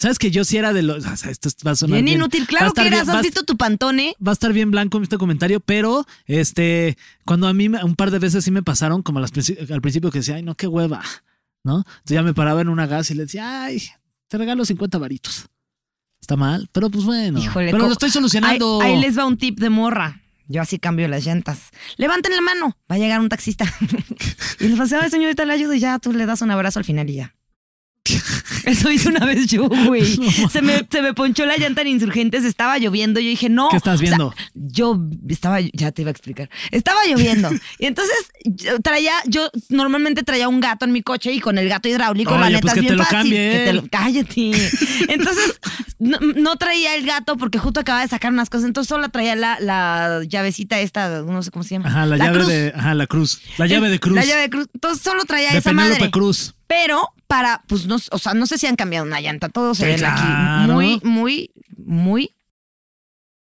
S3: ¿Sabes que yo sí era de los. o sea, esto va a sonar.
S2: bien,
S3: bien-
S2: inútil.
S3: va a
S2: Claro
S3: estar
S2: que
S3: bien-
S2: eras,
S3: va a-
S2: has visto tu pantone.
S3: va a estar bien blanco este comentario, pero este, cuando a mí me- un par de veces sí me pasaron, como las princi- al principio que decía, ay, no, qué hueva, ¿no? Entonces ya me paraba en una gas y le decía, ay, te regalo 50 varitos. Está mal, pero pues bueno.
S2: Híjole,
S3: pero
S2: ¿cómo?
S3: lo estoy solucionando.
S2: Ahí, ahí les va un tip de morra. Yo así cambio las llantas. Levanten la mano, va a llegar un taxista. [LAUGHS] y les pasaba, señorita, le ayudo y ya tú le das un abrazo al final y
S3: [LAUGHS]
S2: ya. Eso hice una vez yo, güey. Se me, se me ponchó la llanta en Insurgentes, estaba lloviendo. Yo dije, no.
S3: ¿Qué estás
S2: o sea,
S3: viendo?
S2: yo estaba, ya te iba a explicar. Estaba lloviendo. y entonces yo traía, yo normalmente traía un gato en mi coche y con el gato hidráulico, la
S3: Oye,
S2: neta
S3: pues
S2: es
S3: que
S2: bien
S3: te lo
S2: fácil.
S3: cambie
S2: Que te
S3: él.
S2: lo- cállate. Entonces, no, no traía el gato porque justo acababa de sacar unas cosas. Entonces solo traía la, la llavecita esta, no sé cómo se llama.
S3: Ajá, la, llave
S2: cruz. Eh,
S3: de. Ajá, la cruz. La llave de cruz.
S2: La llave de cruz. Entonces solo traía
S3: de
S2: esa
S3: Penélope
S2: madre.
S3: Cruz.
S2: Pero para, pues no, o sea, no sé si han cambiado una llanta, todo se
S3: Sí,
S2: ven
S3: claro.
S2: aquí muy, muy, muy,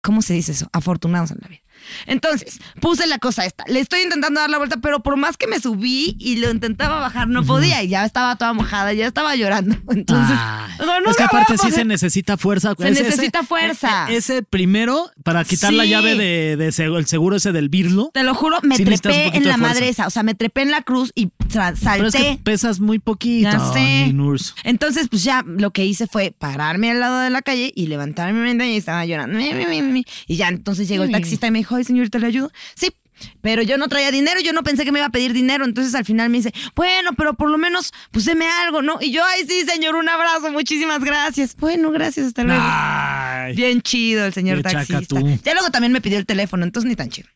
S2: ¿cómo se dice eso? Afortunados en la vida. Entonces, puse la cosa esta. Le estoy intentando dar la vuelta, pero por más que me subí y lo intentaba bajar, no podía. Y ya estaba toda mojada, ya estaba llorando. [LAUGHS] Entonces,
S3: Ah.
S2: no, no
S3: es que
S2: la voy a
S3: aparte sí
S2: poner.
S3: se necesita fuerza.
S2: Se necesita fuerza.
S3: e- Ese primero, para quitar la
S2: Sí.
S3: llave de, de seg- el seguro ese del birlo.
S2: te lo juro, me
S3: Sí necesitas un
S2: trepé
S3: poquito
S2: en
S3: de
S2: la
S3: fuerza.
S2: madre esa. O sea, me trepé en la cruz y tra-
S3: Pero
S2: salté.
S3: es que pesas muy poquito.
S2: Ya sé.
S3: mi Nurs.
S2: Entonces, pues ya lo que hice fue pararme al lado de la calle y levantar mi ventana y estaba llorando. Mi, mi, mi, mi. Y ya entonces llegó el taxista y me dijo, ay, señorita, ¿le ayudo? Sí. Pero yo no traía dinero, yo no pensé que me iba a pedir dinero. Entonces al final me dice, bueno, pero por lo menos, pues deme algo, ¿no? Y yo, ay, sí, señor, un abrazo, muchísimas gracias. Bueno, gracias, hasta luego.
S3: Ay.
S2: Bien chido el señor
S3: Qué chaca
S2: taxista.
S3: tú.
S2: Ya luego también me pidió el teléfono, entonces ni tan chido.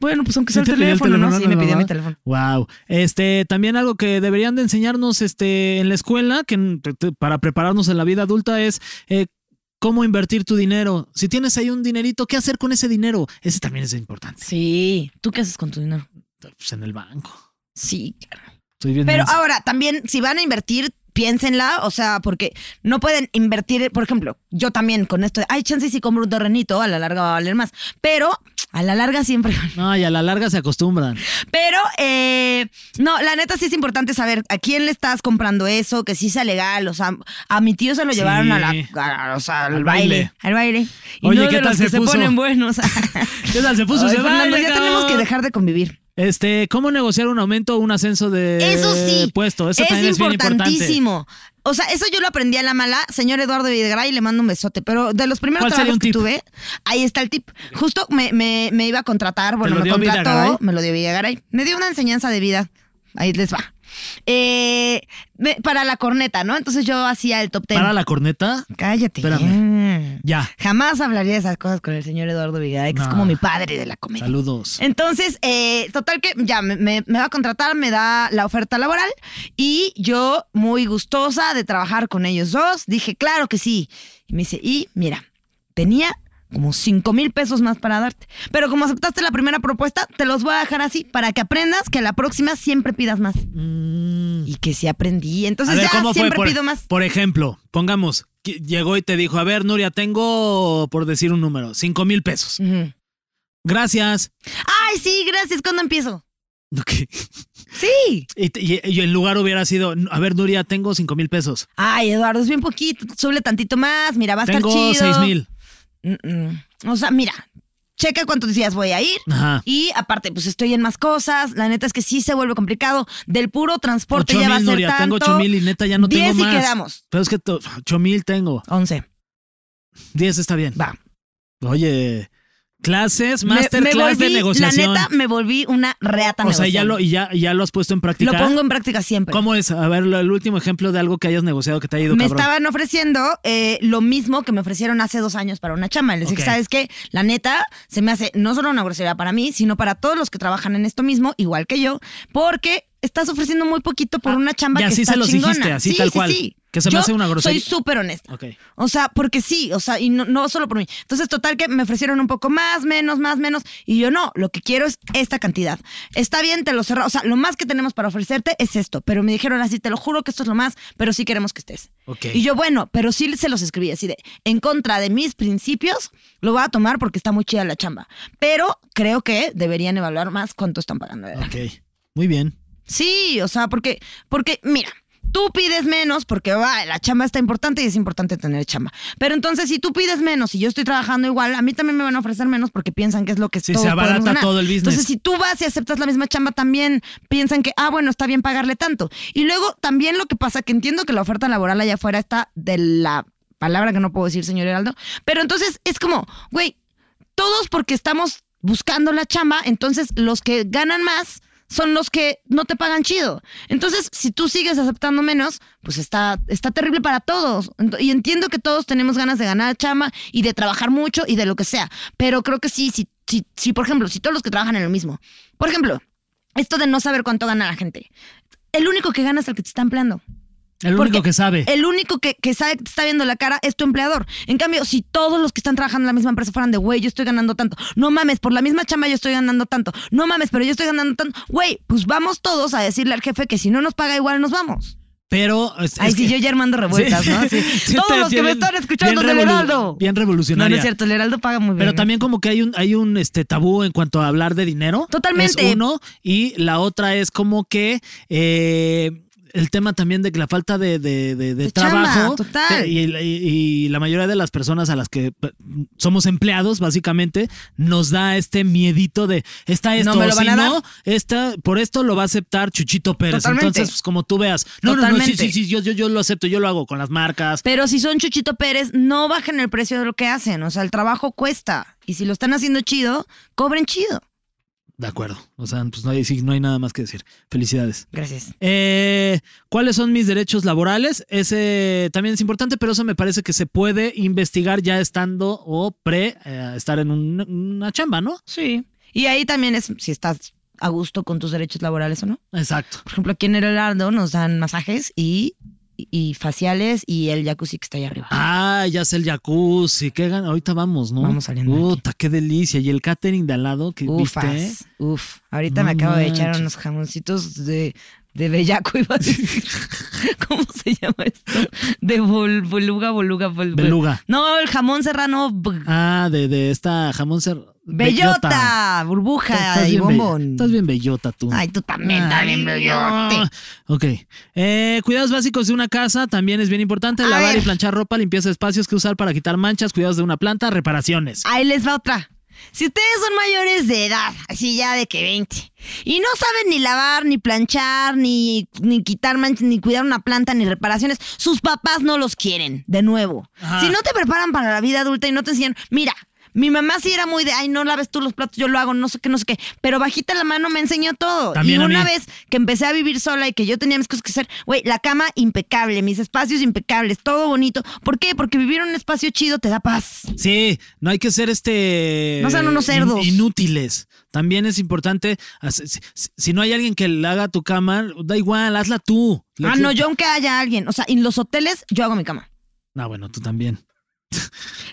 S2: Bueno, pues aunque
S3: Sí
S2: sea el
S3: te pidió el
S2: teléfono, ¿no?
S3: teléfono,
S2: Sí, me
S3: ¿no,
S2: pidió
S3: mamá?
S2: mi teléfono.
S3: Wow. Este, también algo que deberían de enseñarnos este, en la escuela, que en- te- te- para prepararnos en la vida adulta, es eh, cómo invertir tu dinero. Si tienes ahí un dinerito, ¿qué hacer con ese dinero? Ese también es importante.
S2: Sí. ¿Tú qué haces con tu dinero?
S3: Pues en el banco.
S2: Sí, claro.
S3: Estoy bien
S2: Pero ah.
S3: menso.
S2: ahora, también, si van a invertir, piénsenla, o sea, porque no pueden invertir, por ejemplo, yo también con esto, de, ay, chance si compro un terrenito, a la larga va a valer más, pero a la larga siempre. [LAUGHS]
S3: No, y a la larga se acostumbran.
S2: Pero, eh, no, la neta sí es importante saber a quién le estás comprando eso, que sí sea legal, o sea, a mi tío se lo
S3: Sí.
S2: llevaron a la, a- o sea, al,
S3: Al
S2: baile,
S3: baile.
S2: al baile. Y
S3: Oye,
S2: no
S3: ¿qué
S2: de
S3: tal
S2: los
S3: se
S2: que se
S3: puso?
S2: ponen buenos. [LAUGHS]
S3: [LAUGHS] ¿Qué tal se puso?
S2: Ay,
S3: Se
S2: Fernando,
S3: vale,
S2: ya tenemos
S3: cabrón.
S2: que dejar de convivir.
S3: Este, ¿cómo negociar un aumento o un ascenso de
S2: Eso sí.
S3: Eh, puesto? Eso también es bien importante.
S2: importantísimo. O sea, eso yo lo aprendí a la mala, señor Eduardo Videgaray, le mando un besote. Pero de los primeros
S3: ¿Cuál sería
S2: trabajos
S3: un
S2: que
S3: tip?
S2: tuve, ahí está el tip. Justo me, me- me iba a contratar, bueno,
S3: lo
S2: me
S3: dio
S2: contrató,
S3: Videgaray?
S2: me lo dio Videgaray. Me dio una enseñanza de vida. Ahí les va. Eh, me- para la corneta, ¿no? Entonces yo hacía el top ten.
S3: Para la corneta,
S2: Cállate.
S3: Espérame. ya.
S2: Jamás hablaría de esas cosas con el señor Eduardo Videgaray, que es
S3: No.
S2: como mi padre de la comedia.
S3: Saludos.
S2: Entonces, eh, total que ya me, me- me va a contratar, me da la oferta laboral y yo muy gustosa de trabajar con ellos dos, dije, claro que sí. Y me dice, y mira, tenía como 5 mil pesos más para darte. Pero como aceptaste la primera propuesta, te los voy a dejar así para que aprendas que a la próxima siempre pidas más. Y que sí aprendí. Entonces
S3: Mm. A ver,
S2: ya
S3: ¿cómo fue?
S2: siempre
S3: por,
S2: pido más.
S3: Por ejemplo, pongamos, que llegó y te dijo, a ver, Nuria, tengo, por decir un número, cinco mil pesos.
S2: Ujú.
S3: Gracias. [LAUGHS]
S2: Ay, sí, gracias. ¿Cuándo empiezo?
S3: Ok.
S2: Sí.
S3: Y, te- y- y el lugar hubiera sido, a ver, Nuria, tengo cinco mil pesos.
S2: Ay, Eduardo, es bien poquito. Sube tantito más. Mira, va a estar chido.
S3: Tengo seis mil.
S2: Mm-mm. O sea, mira, checa cuántos días voy a ir.
S3: Ajá.
S2: Y aparte, pues estoy en más cosas. La neta es que sí se vuelve complicado. Del puro transporte
S3: Ocho
S2: ya va a
S3: mil,
S2: ser
S3: Nuria,
S2: tanto.
S3: tengo ocho mil y neta ya no
S2: Diez
S3: tengo
S2: y
S3: más.
S2: quedamos.
S3: Pero es que to- ocho mil tengo.
S2: 11.
S3: Diez está bien.
S2: Va.
S3: Oye, clases,
S2: Me- me
S3: masterclass
S2: volví-
S3: de negociación.
S2: La neta, me volví una reata
S3: o sea, ya lo,
S2: negociando.
S3: y ya, ya lo has puesto en práctica.
S2: Lo pongo en práctica siempre.
S3: ¿Cómo es? A ver, lo- el último ejemplo de algo que hayas negociado que te ha ido
S2: me
S3: cabrón.
S2: estaban ofreciendo eh, lo mismo que me ofrecieron hace dos años para una chama. Les dije,
S3: Ok.
S2: ¿sabes qué? La neta, se me hace no solo una grosería para mí, sino para todos los que trabajan en esto mismo, igual que yo, porque estás ofreciendo muy poquito por
S3: Ah,
S2: una chamba
S3: y
S2: que
S3: así
S2: está
S3: se los
S2: chingona.
S3: dijiste, así
S2: Sí,
S3: tal
S2: sí,
S3: cual.
S2: sí.
S3: Que se me
S2: Yo
S3: hace una grosería.
S2: Soy súper honesta.
S3: Ok.
S2: O sea, porque sí, o sea, y no, no solo por mí. Entonces, total que me ofrecieron un poco más, menos, más, menos. Y yo no, lo que quiero es esta cantidad. Está bien, te lo cerramos. O sea, lo más que tenemos para ofrecerte es esto. Pero me dijeron así, te lo juro que esto es lo más, pero sí queremos que estés.
S3: Ok.
S2: Y yo, bueno, pero sí se los escribí así de, en contra de mis principios, lo voy a tomar porque está muy chida la chamba. Pero creo que deberían evaluar más cuánto están pagando. de verdad.
S3: Ok, muy bien.
S2: Sí, o sea, porque, porque, mira, tú pides menos porque va, la chamba está importante y es importante tener chamba. Pero entonces, si tú pides menos y yo estoy trabajando igual, a mí también me van a ofrecer menos porque piensan que es lo que
S3: Sí,
S2: todos
S3: se
S2: podemos
S3: abarata
S2: ganar.
S3: todo el business.
S2: Entonces, si tú vas y aceptas la misma chamba, también piensan que, ah, bueno, está bien pagarle tanto. Y luego, también lo que pasa, que entiendo que la oferta laboral allá afuera está de la palabra que no puedo decir, señor Heraldo, pero entonces es como, güey, todos porque estamos buscando la chamba, entonces los que ganan más son los que no te pagan chido. Entonces, si tú sigues aceptando menos, pues está, está terrible para todos. Ent- Y entiendo que todos tenemos ganas de ganar chamba y de trabajar mucho y de lo que sea. Pero creo que sí, si, si, si, por ejemplo, si todos los que trabajan en lo mismo. Por ejemplo, esto de no saber cuánto gana la gente. El único que gana es el que te está empleando.
S3: El
S2: Porque
S3: único que sabe.
S2: El único que, que sabe que te está viendo la cara es tu empleador. En cambio, si todos los que están trabajando en la misma empresa fueran de, güey, yo estoy ganando tanto. No mames, por la misma chamba yo estoy ganando tanto. No mames, pero yo estoy ganando tanto. Güey, pues vamos todos a decirle al jefe que si no nos paga igual nos vamos.
S3: Pero. es-
S2: Ay,
S3: es
S2: sí,
S3: que-
S2: yo ya armando revueltas,
S3: [LAUGHS] Sí.
S2: ¿no? Sí.
S3: Sí,
S2: todos
S3: te-
S2: los que me
S3: bien-
S2: están escuchando
S3: bien
S2: del
S3: revolu-
S2: Heraldo.
S3: Bien
S2: No,
S3: revolucionaria.
S2: no es cierto, el Heraldo paga muy bien.
S3: Pero
S2: ¿no?
S3: también como que hay un, hay un este tabú en cuanto a hablar de dinero.
S2: Totalmente.
S3: Es uno. Y la otra es como que eh, el tema también de que la falta de, de- de- de
S2: De chamba,
S3: trabajo.
S2: total.
S3: te- Y, la- y- y la mayoría de las personas a las que p- somos empleados, básicamente, nos da este miedito de está esto.
S2: No me lo van
S3: si
S2: a
S3: no,
S2: dar.
S3: esta, por esto lo va a aceptar Chuchito Pérez.
S2: Totalmente.
S3: Entonces, pues, como tú veas. No, no, no, sí,
S2: Totalmente.
S3: sí, sí, yo, yo, yo lo acepto, yo lo hago con las marcas.
S2: Pero si son Chuchito Pérez, no bajen el precio de lo que hacen. O sea, el trabajo cuesta. Y si lo están haciendo chido, cobren chido.
S3: De acuerdo. O sea, pues no hay, sí, no hay nada más que decir. Felicidades.
S2: Gracias.
S3: Eh, ¿Cuáles son mis derechos laborales? Ese también es importante, pero eso me parece que se puede investigar ya estando o pre eh, estar en un- una chamba, ¿no?
S2: Sí. Y ahí también es si estás a gusto con tus derechos laborales o no.
S3: Exacto.
S2: Por ejemplo, aquí en el Heraldo nos dan masajes y, y faciales y el jacuzzi que está ahí arriba.
S3: Ah, ya sé el jacuzzi. Qué gan- Ahorita vamos, ¿no?
S2: Vamos saliendo de aquí.
S3: Puta, qué delicia. Y el catering de al lado que viste. ¿eh?
S2: Ufas, uf. Ahorita me
S3: No
S2: acabo de echar
S3: manches.
S2: unos jamoncitos de, de bellaco, iba a
S3: [LAUGHS]
S2: decir. ¿Cómo se llama esto? De bol- beluga, boluga, bol-
S3: Beluga.
S2: No, el jamón serrano. b-
S3: Ah, de, de esta jamón ser.
S2: Bellota, burbuja y
S3: be-
S2: bombón.
S3: estás bien bellota tú.
S2: Ay, tú también, también
S3: Ay,
S2: bellote.
S3: no. Ok. Eh, cuidados básicos de una casa también es bien importante.
S2: A
S3: Lavar y
S2: ver.
S3: planchar ropa, limpieza de espacios que usar para quitar manchas, cuidados de una planta, reparaciones.
S2: Ahí les va otra. Si ustedes son mayores de edad, así ya de que 20, y no saben ni lavar, ni planchar, ni, ni quitar manchas, ni cuidar una planta, ni reparaciones, sus papás no los quieren, de nuevo.
S3: Ajá.
S2: Si no te preparan para la vida adulta y no te enseñan, mira. Mi mamá sí era muy de, ay, no laves tú los platos, yo lo hago, no sé qué, no sé qué. Pero bajita la mano me enseñó todo.
S3: También
S2: y
S3: a
S2: una
S3: mí.
S2: vez que empecé a vivir sola y que yo tenía mis cosas que hacer, güey, la cama impecable, mis espacios impecables, todo bonito. ¿Por qué? Porque vivir en un espacio chido te da paz.
S3: Sí, no hay que ser este.
S2: No sean unos
S3: in-
S2: cerdos.
S3: inútiles. También es importante. hacer- Si, si- si no hay alguien que le haga tu cama, da igual, hazla tú. Lo
S2: Ah,
S3: que-
S2: no, yo aunque haya alguien. O sea, en los hoteles yo hago mi cama.
S3: Ah, bueno, tú también.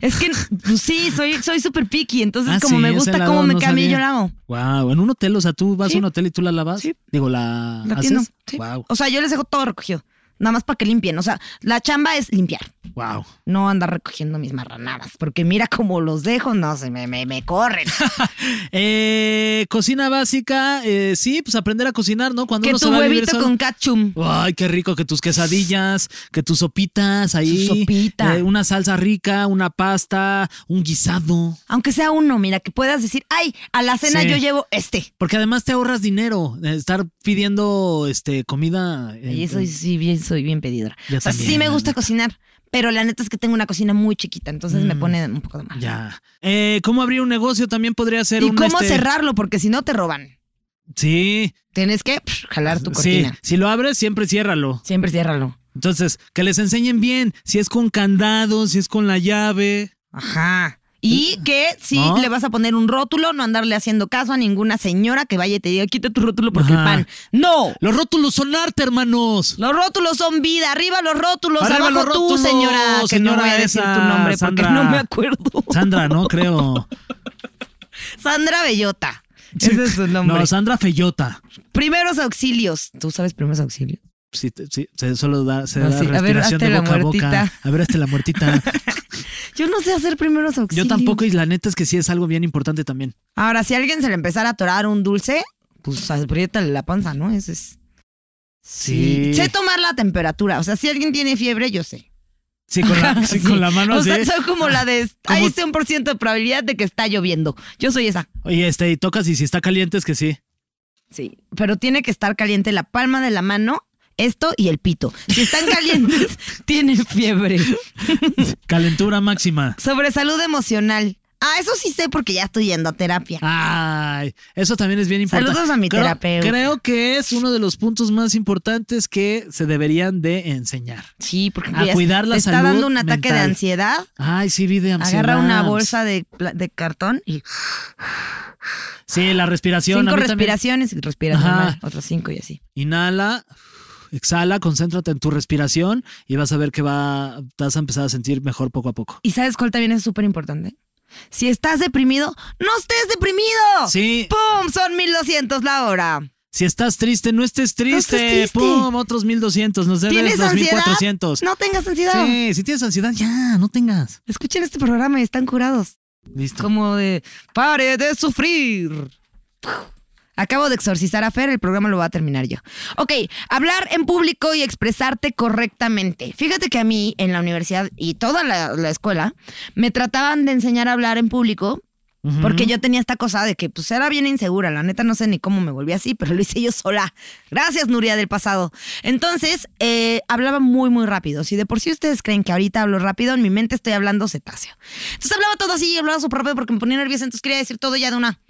S2: Es
S3: [LAUGHS]
S2: que, pues sí, soy soy súper picky. Entonces,
S3: Ah,
S2: como
S3: sí,
S2: me
S3: ese
S2: gusta
S3: lado
S2: cómo me
S3: no
S2: cambia,
S3: sabía.
S2: yo la hago.
S3: Wow, en un hotel, o sea, tú vas
S2: Sí.
S3: a un hotel y tú la lavas.
S2: Sí.
S3: Digo, la,
S2: La tiendo,
S3: haces.
S2: sí.
S3: Wow,
S2: O sea, yo les dejo todo recogido. Nada más para que limpien. O sea, la chamba es limpiar.
S3: wow.
S2: No andar recogiendo mis marranadas. Porque mira cómo los dejo. No, se me, me, me corren.
S3: Eh, cocina básica, eh, sí, pues aprender a cocinar, [LAUGHS] ¿no? Cuando
S2: que
S3: uno se
S2: tu
S3: va a vivir
S2: huevito
S3: solo-
S2: con ketchup.
S3: Ay, qué rico que tus quesadillas, que tus sopitas ahí.
S2: Su sopita.
S3: eh, una salsa rica, una pasta, un guisado.
S2: Aunque sea uno, mira, que puedas decir, ay, a la cena
S3: Sí.
S2: yo llevo este.
S3: Porque además te ahorras dinero eh, estar pidiendo este comida. eh,
S2: Y soy, sí, bien, soy bien pedidora.
S3: Yo
S2: o sea, sí
S3: también,
S2: me
S3: la
S2: gusta
S3: neta.
S2: cocinar. Pero la neta es que tengo una cocina muy chiquita. Entonces me
S3: Mm.
S2: pone un poco de mal.
S3: Ya. Eh, ¿Cómo abrir un negocio? También podría ser
S2: ¿Y
S3: un.
S2: cómo
S3: este,
S2: cerrarlo? Porque si no te roban.
S3: Sí,
S2: Tienes que pf, jalar tu
S3: sí.
S2: cortina.
S3: Si lo abres, siempre ciérralo.
S2: Siempre ciérralo.
S3: Entonces, que les enseñen bien. Si es con candado, si es con la llave.
S2: Ajá. Y que si
S3: ¿No?
S2: le vas a poner un rótulo, no andarle haciendo caso a ninguna señora que vaya y te diga, quita tu rótulo porque
S3: Ajá.
S2: el pan. ¡No!
S3: Los rótulos son arte, hermanos.
S2: Los rótulos son vida. Arriba los rótulos.
S3: Arriba
S2: abajo
S3: los rótulos,
S2: tú, señora. Que
S3: señora
S2: no voy a decir
S3: esa,
S2: tu nombre
S3: Sandra.
S2: porque no me acuerdo.
S3: Sandra, no creo.
S2: [LAUGHS] Sandra Bellota. Ese es su nombre.
S3: No, Sandra Fellota.
S2: primeros auxilios. ¿Tú sabes primeros auxilios?
S3: Sí, te- sí, se solo da, se
S2: Ah,
S3: da
S2: sí. A ver,
S3: respiración
S2: hazte
S3: de
S2: la
S3: boca a boca.
S2: muertita.
S3: A ver, hasta la
S2: [LAUGHS]
S3: muertita.
S2: Yo no sé hacer primeros
S3: Yo
S2: auxilios.
S3: tampoco, y la neta es que sí es algo bien importante también.
S2: Ahora, si a alguien se le empezara a atorar un dulce, pues apriétale la panza, ¿no? Eso es.
S3: Sí.
S2: Sé tomar la temperatura. O sea, si alguien tiene fiebre, yo sé.
S3: Sí, con
S2: [LAUGHS]
S3: la, sí,
S2: Sí.
S3: con la mano
S2: O
S3: así.
S2: sea, soy como la de.
S3: Como-
S2: Hay 100% de probabilidad de que está lloviendo. Yo soy esa.
S3: Oye, este, y tocas y si está caliente es que sí.
S2: Sí. Pero tiene que estar caliente la palma de la mano, esto y el pito. Si
S3: [LAUGHS]
S2: están calientes, tienen fiebre.
S3: Calentura máxima.
S2: Sobre salud emocional. Ah, eso sí sé porque ya estoy yendo a terapia.
S3: Ay, eso también es bien importante.
S2: Saludos a mi
S3: Creo-
S2: terapeuta.
S3: Creo que es uno de los puntos más importantes que se deberían de enseñar.
S2: Sí, porque
S3: A
S2: ya
S3: cuidar la
S2: te está
S3: salud
S2: dando un ataque de
S3: mental.
S2: ansiedad.
S3: Ay, sí, vi de ansiedad.
S2: Agarra una bolsa de, pla- de cartón y
S3: Sí, la respiración.
S2: cinco
S3: a mí también.
S2: respiraciones y respiras
S3: Ajá.
S2: normal, otros cinco y así.
S3: Inhala, exhala, concéntrate en tu respiración y vas a ver que va, te vas a empezar a sentir mejor poco a poco.
S2: ¿Y sabes cuál también es súper importante? Si estás deprimido, ¡no estés deprimido!
S3: Sí.
S2: ¡Pum! Son 1200 la hora.
S3: Si estás triste, no estés triste.
S2: estés triste.
S3: Pum, otros 1200. Nos debes
S2: ¿Tienes ansiedad?
S3: 2400.
S2: No tengas ansiedad.
S3: Sí, si tienes ansiedad, ya, no tengas.
S2: Escuchen este programa y están curados.
S3: Listo.
S2: Como de, ¡pare de sufrir! Acabo de exorcizar a Fer, el programa lo voy a terminar yo. Ok, hablar en público y expresarte correctamente. Fíjate que a mí en la universidad y toda la, la escuela me trataban de enseñar a hablar en público porque yo tenía esta cosa de que pues era bien insegura. La neta no sé ni cómo me volví así, [LAUGHS] pero lo hice yo sola. Gracias, Nuria del pasado. Entonces, eh, hablaba muy, muy rápido. Si de por sí ustedes creen que ahorita hablo rápido, en mi mente estoy hablando cetáceo. Entonces hablaba todo así, hablaba súper rápido porque me ponía nerviosa, entonces quería decir todo ya de una.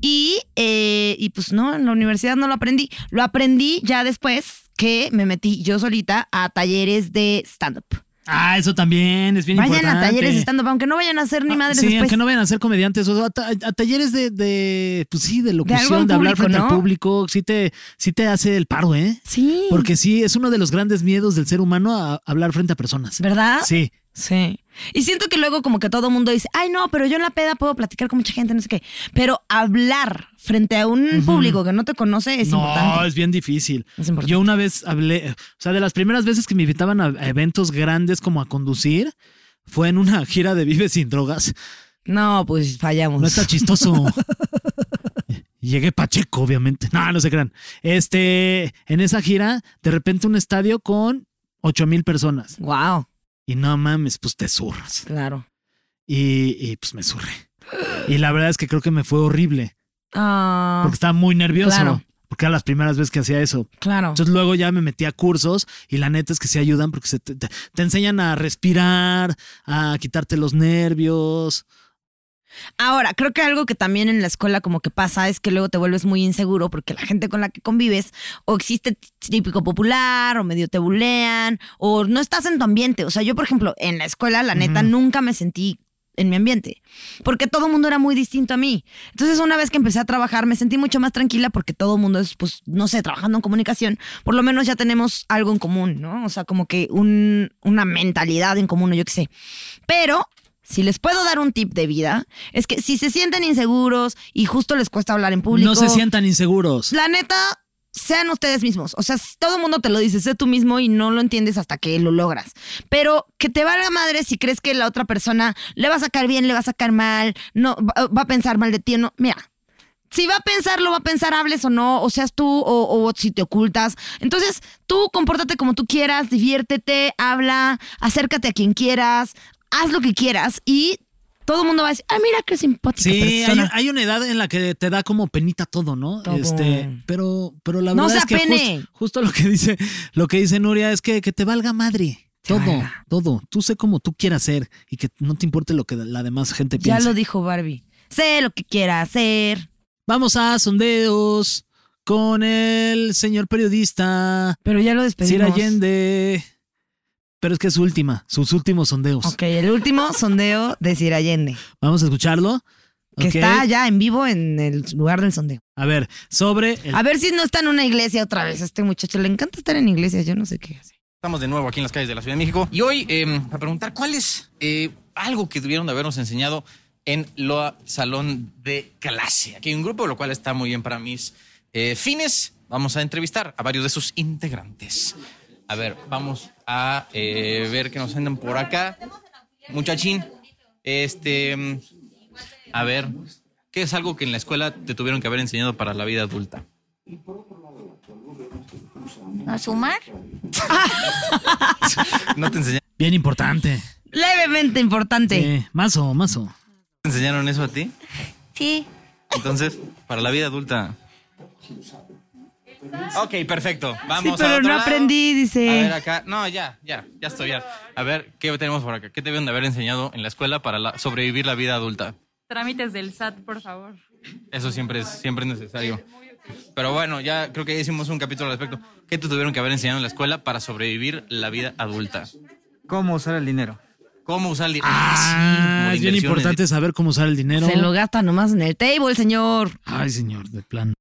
S2: Y, eh, y pues no, en la universidad no lo aprendí. Lo aprendí ya después que me metí yo solita a talleres de stand-up.
S3: Ah, eso también es bien
S2: Vayan
S3: importante.
S2: a talleres estando, aunque no vayan a hacer ni
S3: Ah,
S2: madres
S3: sí,
S2: después.
S3: aunque no vayan a ser comediantes, o a, ta- a talleres de, de, pues sí, de
S2: algo
S3: locución,
S2: en
S3: de, hablar
S2: público,
S3: frente al
S2: ¿no?
S3: público, sí te, sí te hace el paro, ¿eh?
S2: Sí.
S3: Porque sí, es uno de los grandes miedos del ser humano a hablar frente a personas.
S2: ¿Verdad?
S3: Sí.
S2: Sí. Y siento que luego como que todo mundo dice, ay no, pero yo en la peda puedo platicar con mucha gente, no sé qué. Pero hablar frente a un público que no te conoce es
S3: no,
S2: importante.
S3: es bien difícil.
S2: Es importante.
S3: Yo una vez hablé, o sea, de las primeras veces que me invitaban a a eventos grandes como a conducir, fue en una gira de Vive sin drogas.
S2: No, pues fallamos.
S3: No
S2: [LAUGHS]
S3: está chistoso. Llegué Pacheco, obviamente. No, no se crean. Este, en esa gira, de repente un estadio con ocho mil personas.
S2: wow,
S3: Y no mames, pues te zurras.
S2: claro.
S3: Y, y, pues me zurré. Y la verdad es que creo que me fue horrible.
S2: Ah,
S3: Porque estaba muy nervioso.
S2: Claro.
S3: Porque eran las primeras veces que hacía eso.
S2: claro.
S3: Entonces luego ya me metí a cursos y la neta es que se ayudan porque se te, te- te enseñan a respirar, a quitarte los nervios.
S2: Ahora, creo que algo que también en la escuela como que pasa es que luego te vuelves muy inseguro porque la gente con la que convives o existe típico popular o medio te bulean o no estás en tu ambiente. O sea, yo por ejemplo en la escuela la neta nunca me sentí en mi ambiente porque todo el mundo era muy distinto a mí. Entonces una vez que empecé a trabajar me sentí mucho más tranquila porque todo el mundo es pues no sé, trabajando en comunicación, por lo menos ya tenemos algo en común, ¿no? O sea, como que un- una mentalidad en común o yo qué sé. Pero si les puedo dar un tip de vida, es que si se sienten inseguros y justo les cuesta hablar en público.
S3: No se sientan inseguros.
S2: La neta, sean ustedes mismos. O sea, si todo el mundo te lo dice, sé tú mismo y no lo entiendes hasta que lo logras. Pero que te valga madre si crees que la otra persona le va a sacar bien, le va a sacar mal, no va, va a pensar mal de ti. o No, mira. Si va a pensar, lo va a pensar, hables o no, o seas tú, o, o si te ocultas. Entonces, tú compórtate como tú quieras, diviértete, habla, acércate a quien quieras, haz lo que quieras y todo el mundo va a decir, ay, mira qué simpática
S3: Sí, hay,
S2: persona.
S3: hay una edad en la que te da como penita todo, ¿no?
S2: Todo.
S3: Este, pero, pero la
S2: No
S3: verdad
S2: se
S3: es que
S2: apene.
S3: jus- justo lo que dice, lo que dice Nuria es que, que te valga madre.
S2: Te
S3: Todo,
S2: valga.
S3: todo. Tú sé como tú quieras ser y que no te importe lo que la demás gente
S2: Ya
S3: piensa.
S2: lo dijo Barbie. Sé lo que quiera hacer.
S3: Vamos a sondeos con el señor periodista
S2: Pero ya lo
S3: Sir
S2: despedimos.
S3: Allende. Pero es que es su última, sus últimos sondeos.
S2: Ok, el último sondeo de Sir Allende,
S3: Vamos a escucharlo.
S2: que
S3: Ok.
S2: está ya en vivo en el lugar del sondeo.
S3: A ver, sobre el
S2: A ver si no está en una iglesia otra vez. a Este muchacho le encanta estar en iglesias, yo no sé qué hace.
S5: Estamos de nuevo aquí en las calles de la Ciudad de México y hoy eh, a preguntar cuál es eh, algo que debieron de habernos enseñado en lo salón de clase. Aquí hay un grupo, lo cual está muy bien para mis eh, fines. Vamos a entrevistar a varios de sus integrantes. A ver, vamos a eh, ver que nos andan por acá. Muchachín, este, mm, a ver, ¿qué es algo que en la escuela te tuvieron que haber enseñado para la vida adulta?
S6: ¿A sumar?
S5: ¿No te enseñaron,
S3: bien importante.
S2: Levemente importante.
S3: Eh, mazo, mazo.
S5: te enseñaron eso a ti?
S6: Sí.
S5: Entonces, para la vida adulta. Ok, perfecto.
S2: Sí,
S5: Vamos al
S2: pero
S5: otro
S2: no
S5: lado.
S2: aprendí,
S5: A ver
S2: dice.
S5: acá. No, ya, ya, ya estoy ya. A ver, ¿qué tenemos por acá? ¿Qué te deben de haber enseñado en la escuela para la- sobrevivir la vida adulta?
S6: Trámites del SAT, por favor.
S5: Eso siempre es, siempre es necesario. Pero bueno, ya creo que ya hicimos un capítulo al respecto. ¿Qué te tuvieron que haber enseñado en la escuela para sobrevivir la vida adulta?
S6: ¿Cómo usar el dinero?
S5: ¿Cómo usar el dinero?
S3: Ah, es bien importante saber cómo usar el dinero.
S2: Se lo gasta nomás en el table, señor.
S3: Ay, señor, de plan.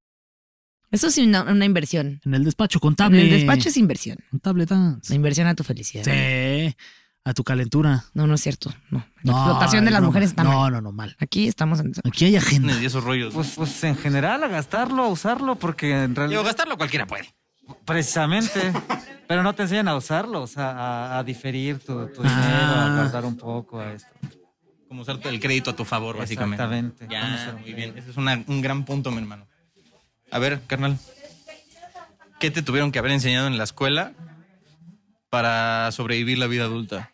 S2: Eso es una, una inversión.
S3: En el despacho
S2: En
S3: contable.
S2: el despacho es inversión.
S3: contable dance.
S2: La inversión a tu felicidad.
S3: ah. Sí, a tu calentura.
S2: No, no es cierto. No. La
S3: No,
S2: explotación de las
S3: no,
S2: mujeres está mal.
S3: No, no, no, mal.
S2: Aquí estamos en...
S3: Aquí hay agenda.
S5: Y esos rollos.
S6: Pues, pues en general a gastarlo, a usarlo, porque en
S5: Digo,
S6: realidad...
S5: gastarlo cualquiera puede.
S6: Precisamente. Pero no te enseñan a usarlo, o sea, a, a diferir tu, tu dinero,
S3: Ah.
S6: a guardar un poco, a esto.
S5: Como usar el crédito a tu favor, básicamente.
S6: Exactamente. Cómo
S5: Ya,
S6: usar un
S5: muy
S6: crédito.
S5: bien. Ese es una- un gran punto, mi hermano. A ver, carnal. ¿Qué te tuvieron que haber enseñado en la escuela para sobrevivir la vida adulta?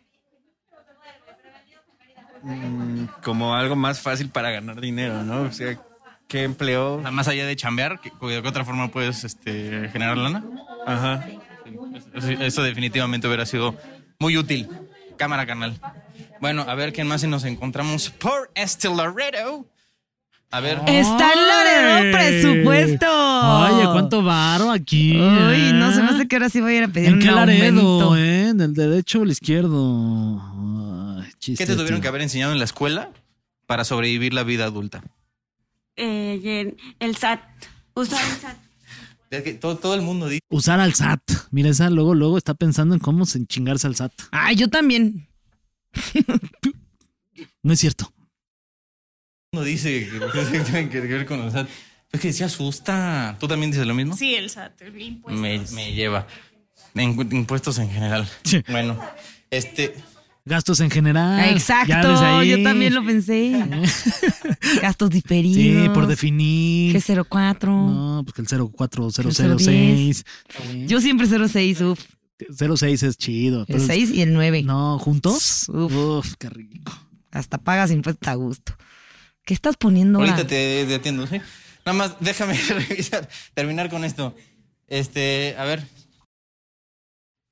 S6: Como algo más fácil para ganar dinero, ¿no? O sea, ¿qué empleo?
S5: O sea, más allá de chambear, ¿qué- ¿de qué otra forma puedes este, generar lana?
S6: Ajá.
S5: Eso, eso definitivamente hubiera sido muy útil. Cámara, carnal. Bueno, a ver quién más y nos encontramos por este Laredo. A ver.
S2: Está en Laredo presupuesto.
S3: Oye, ¿cuánto varo aquí?
S2: Oh. Uy,
S3: eh?
S2: no sé, no sé qué hora sí voy a ir a pedir
S3: ¿En
S2: un
S3: qué
S2: aumento.
S3: Laredo, eh? ¿En el derecho o el izquierdo? Ay, chiste,
S5: ¿Qué te tuvieron
S3: este, tío.
S5: que haber enseñado en la escuela para sobrevivir la vida adulta?
S7: Eh, y en- el SAT. Usar el SAT.
S5: Es que todo, todo el mundo dice.
S3: Usar al SAT. Mira, esa luego, luego está pensando en cómo se- chingarse al SAT.
S2: Ah, yo también.
S3: No es cierto.
S5: Uno dice que los que tienen que ver con los SAT. Es que se asusta. ¿Tú también dices lo mismo?
S7: Sí, el SAT. el impuesto.
S5: Me, me lleva. En- Impuestos en general. Bueno, este.
S3: Gastos en general. Ah, Ya
S2: Exacto,
S3: desde ahí.
S2: yo también lo
S3: [LAUGHS]
S2: pensé. Gastos diferidos.
S3: Sí, por definir.
S2: G04.
S3: No, eh. pues que el 04006.
S2: 010. Yo siempre 06, uf.
S3: 06 es chido.
S2: El 6 y el 9.
S3: No, juntos. Uf, qué rico.
S2: Hasta pagas impuestos a gusto. ¿Qué estás poniendo?
S5: Ahorita
S2: Ra?
S5: te, te atiendo, ¿sí? Nada más déjame [LAUGHS] revisar, terminar con esto. Este, a ver.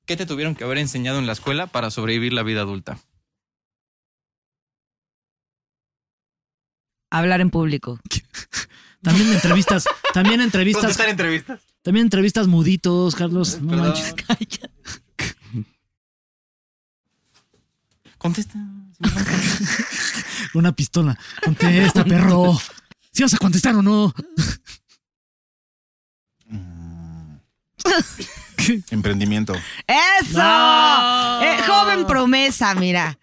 S5: ¿Qué te tuvieron que haber enseñado en la escuela para sobrevivir la vida adulta?
S2: Hablar en público.
S3: También entrevistas. también entrevistas.
S5: ¿Contestar entrevistas?
S3: También entrevistas muditos, Carlos. No
S5: Perdón.
S2: [LAUGHS]
S3: manches.
S5: Contesta.
S3: Una pistola. Contesta, perro. ¿Sí vas a contestar o no?
S8: Emprendimiento.
S2: ¡Eso!
S3: No.
S2: Eh, joven promesa, mira.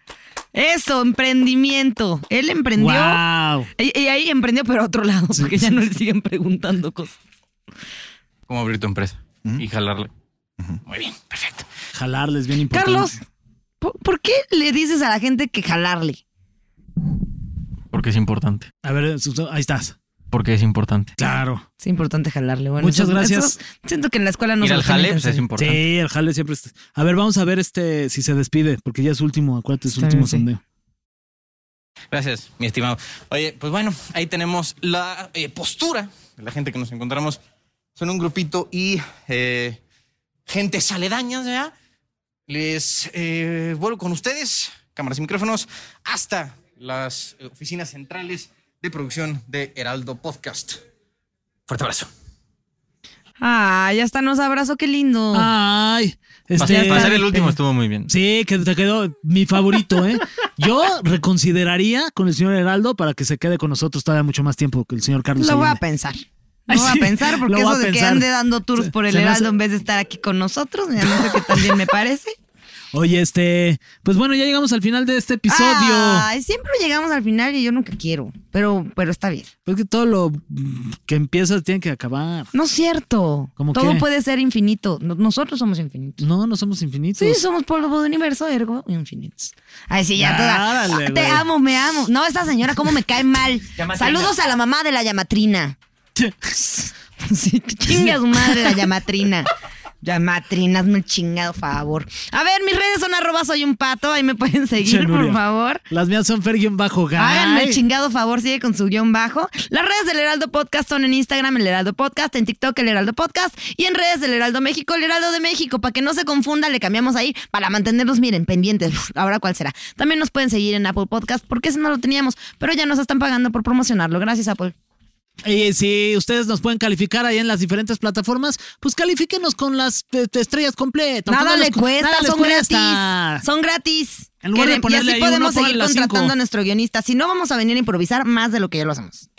S2: Eso, emprendimiento. Él emprendió.
S3: Guau.
S2: Y, y ahí emprendió, pero a otro lado, porque ya no le siguen preguntando cosas.
S5: ¿Cómo abrir tu empresa? Y jalarle. Muy bien.
S3: Jalarles, bien importante.
S2: Carlos, ¿por, por qué le dices a la gente que jalarle?
S5: Porque es importante.
S3: A ver, su- su- ahí estás.
S5: Porque es importante.
S3: Claro.
S2: Es importante jalarle. Bueno,
S3: Muchas
S2: eso-
S3: gracias.
S2: eso- siento que en la escuela no
S5: Ir
S2: se
S5: al
S2: lo tienen
S5: jale,
S2: que
S5: pues, es
S2: enseñar.
S5: importante.
S3: Sí, el jale siempre está. A ver, vamos a ver este si se despide, porque ya es su último, acuérdate, es su
S5: Está bien,
S3: último
S5: sí.
S3: sondeo.
S5: Gracias, mi estimado. Oye, pues bueno, ahí tenemos la eh, postura de la gente que nos encontramos. Son un grupito y eh, gentes aledañas, ¿verdad? Les eh, vuelvo con ustedes, cámaras y micrófonos, hasta las eh, oficinas centrales de producción de Heraldo Podcast. Fuerte abrazo.
S2: Ah, ya está, nos abrazo, qué lindo.
S3: Ah, Ay, este,
S5: Para- para ser el último estuvo muy bien.
S3: Sí, que te quedó mi favorito, ¿eh? Yo reconsideraría con el señor Heraldo para que se quede con nosotros todavía mucho más tiempo que el señor Carlos.
S2: Lo voy a
S3: Allende.
S2: pensar. Lo
S3: Ay,
S2: voy
S3: [LAUGHS] sí,
S2: a pensar
S3: lo
S2: porque
S3: voy a
S2: eso de que
S3: pensar.
S2: ande dando tours
S3: Se-
S2: por el
S3: se me hace-
S2: Heraldo en vez de estar aquí con nosotros, mira, no sé qué también me
S3: [LAUGHS]
S2: parece.
S3: Oye, este, pues bueno, ya llegamos al final de este episodio.
S2: Ay, siempre llegamos al final y yo nunca quiero, pero, pero está bien.
S3: Es que todo lo mm, que empieza tiene que acabar.
S2: No es cierto.
S3: ¿Cómo
S2: Todo
S3: qué? Mm,
S2: puede ser infinito. No- Nosotros somos infinitos.
S3: No, no somos infinitos.
S2: Sí, somos polvo de universo, ergo infinitos. Ay, sí, ya toda. Ah,
S3: Árale,
S2: Te
S3: güey.
S2: amo, me amo. No, esta señora, cómo me cae mal.
S3: Llamatrina.
S2: Saludos a la mamá de la
S3: [LAUGHS]
S2: llamatrina. Sí, chinga su madre la llamatrina. Llamatrina, hazme el chingado favor. A ver, mis redes son arroba soy un pato. Ahí me pueden seguir, por
S3: Chanuria.
S2: favor.
S3: Las mías son Fergion bajo gay.
S2: Háganme el chingado favor, sigue con su guión bajo. Las redes del Heraldo Podcast son en Instagram, el Heraldo Podcast, en TikTok, el Heraldo Podcast, y en redes del Heraldo México, el Heraldo de México. Para que no se confunda, le cambiamos ahí para mantenernos, miren, pendientes. [LAUGHS] Ahora cuál será. También nos pueden seguir en Apple Podcast, porque ese no lo teníamos, pero ya nos están pagando por promocionarlo. Gracias, Apple.
S3: Y si ustedes nos pueden calificar ahí en las diferentes plataformas, pues califíquenos con las eh, estrellas completas.
S2: Nada
S3: Todas
S2: le
S3: las-
S2: cuesta,
S3: nada les
S2: son
S3: cuesta.
S2: gratis. Son gratis.
S3: En lugar de
S2: Quere-
S3: ponerle
S2: y
S3: ahí
S2: así
S3: uno,
S2: podemos seguir
S3: ponle las
S2: contratando
S3: cinco.
S2: a nuestro guionista. Si no, vamos a venir a improvisar más de lo que ya lo hacemos.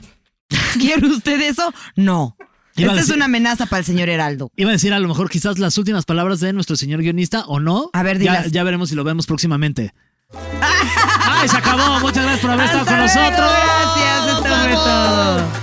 S3: [LAUGHS]
S2: ¿Quiere usted eso? No.
S3: Iba a
S2: Esta es
S3: decir-
S2: una amenaza para el señor Heraldo.
S3: Iba a decir a lo mejor quizás las últimas palabras de nuestro señor guionista o no. A ver, ya,
S2: dilas.
S3: ya veremos si lo vemos próximamente. [LAUGHS] ¡Ay, se acabó! Muchas gracias por haber estado con nosotros.
S2: Gracias, esto fue todo.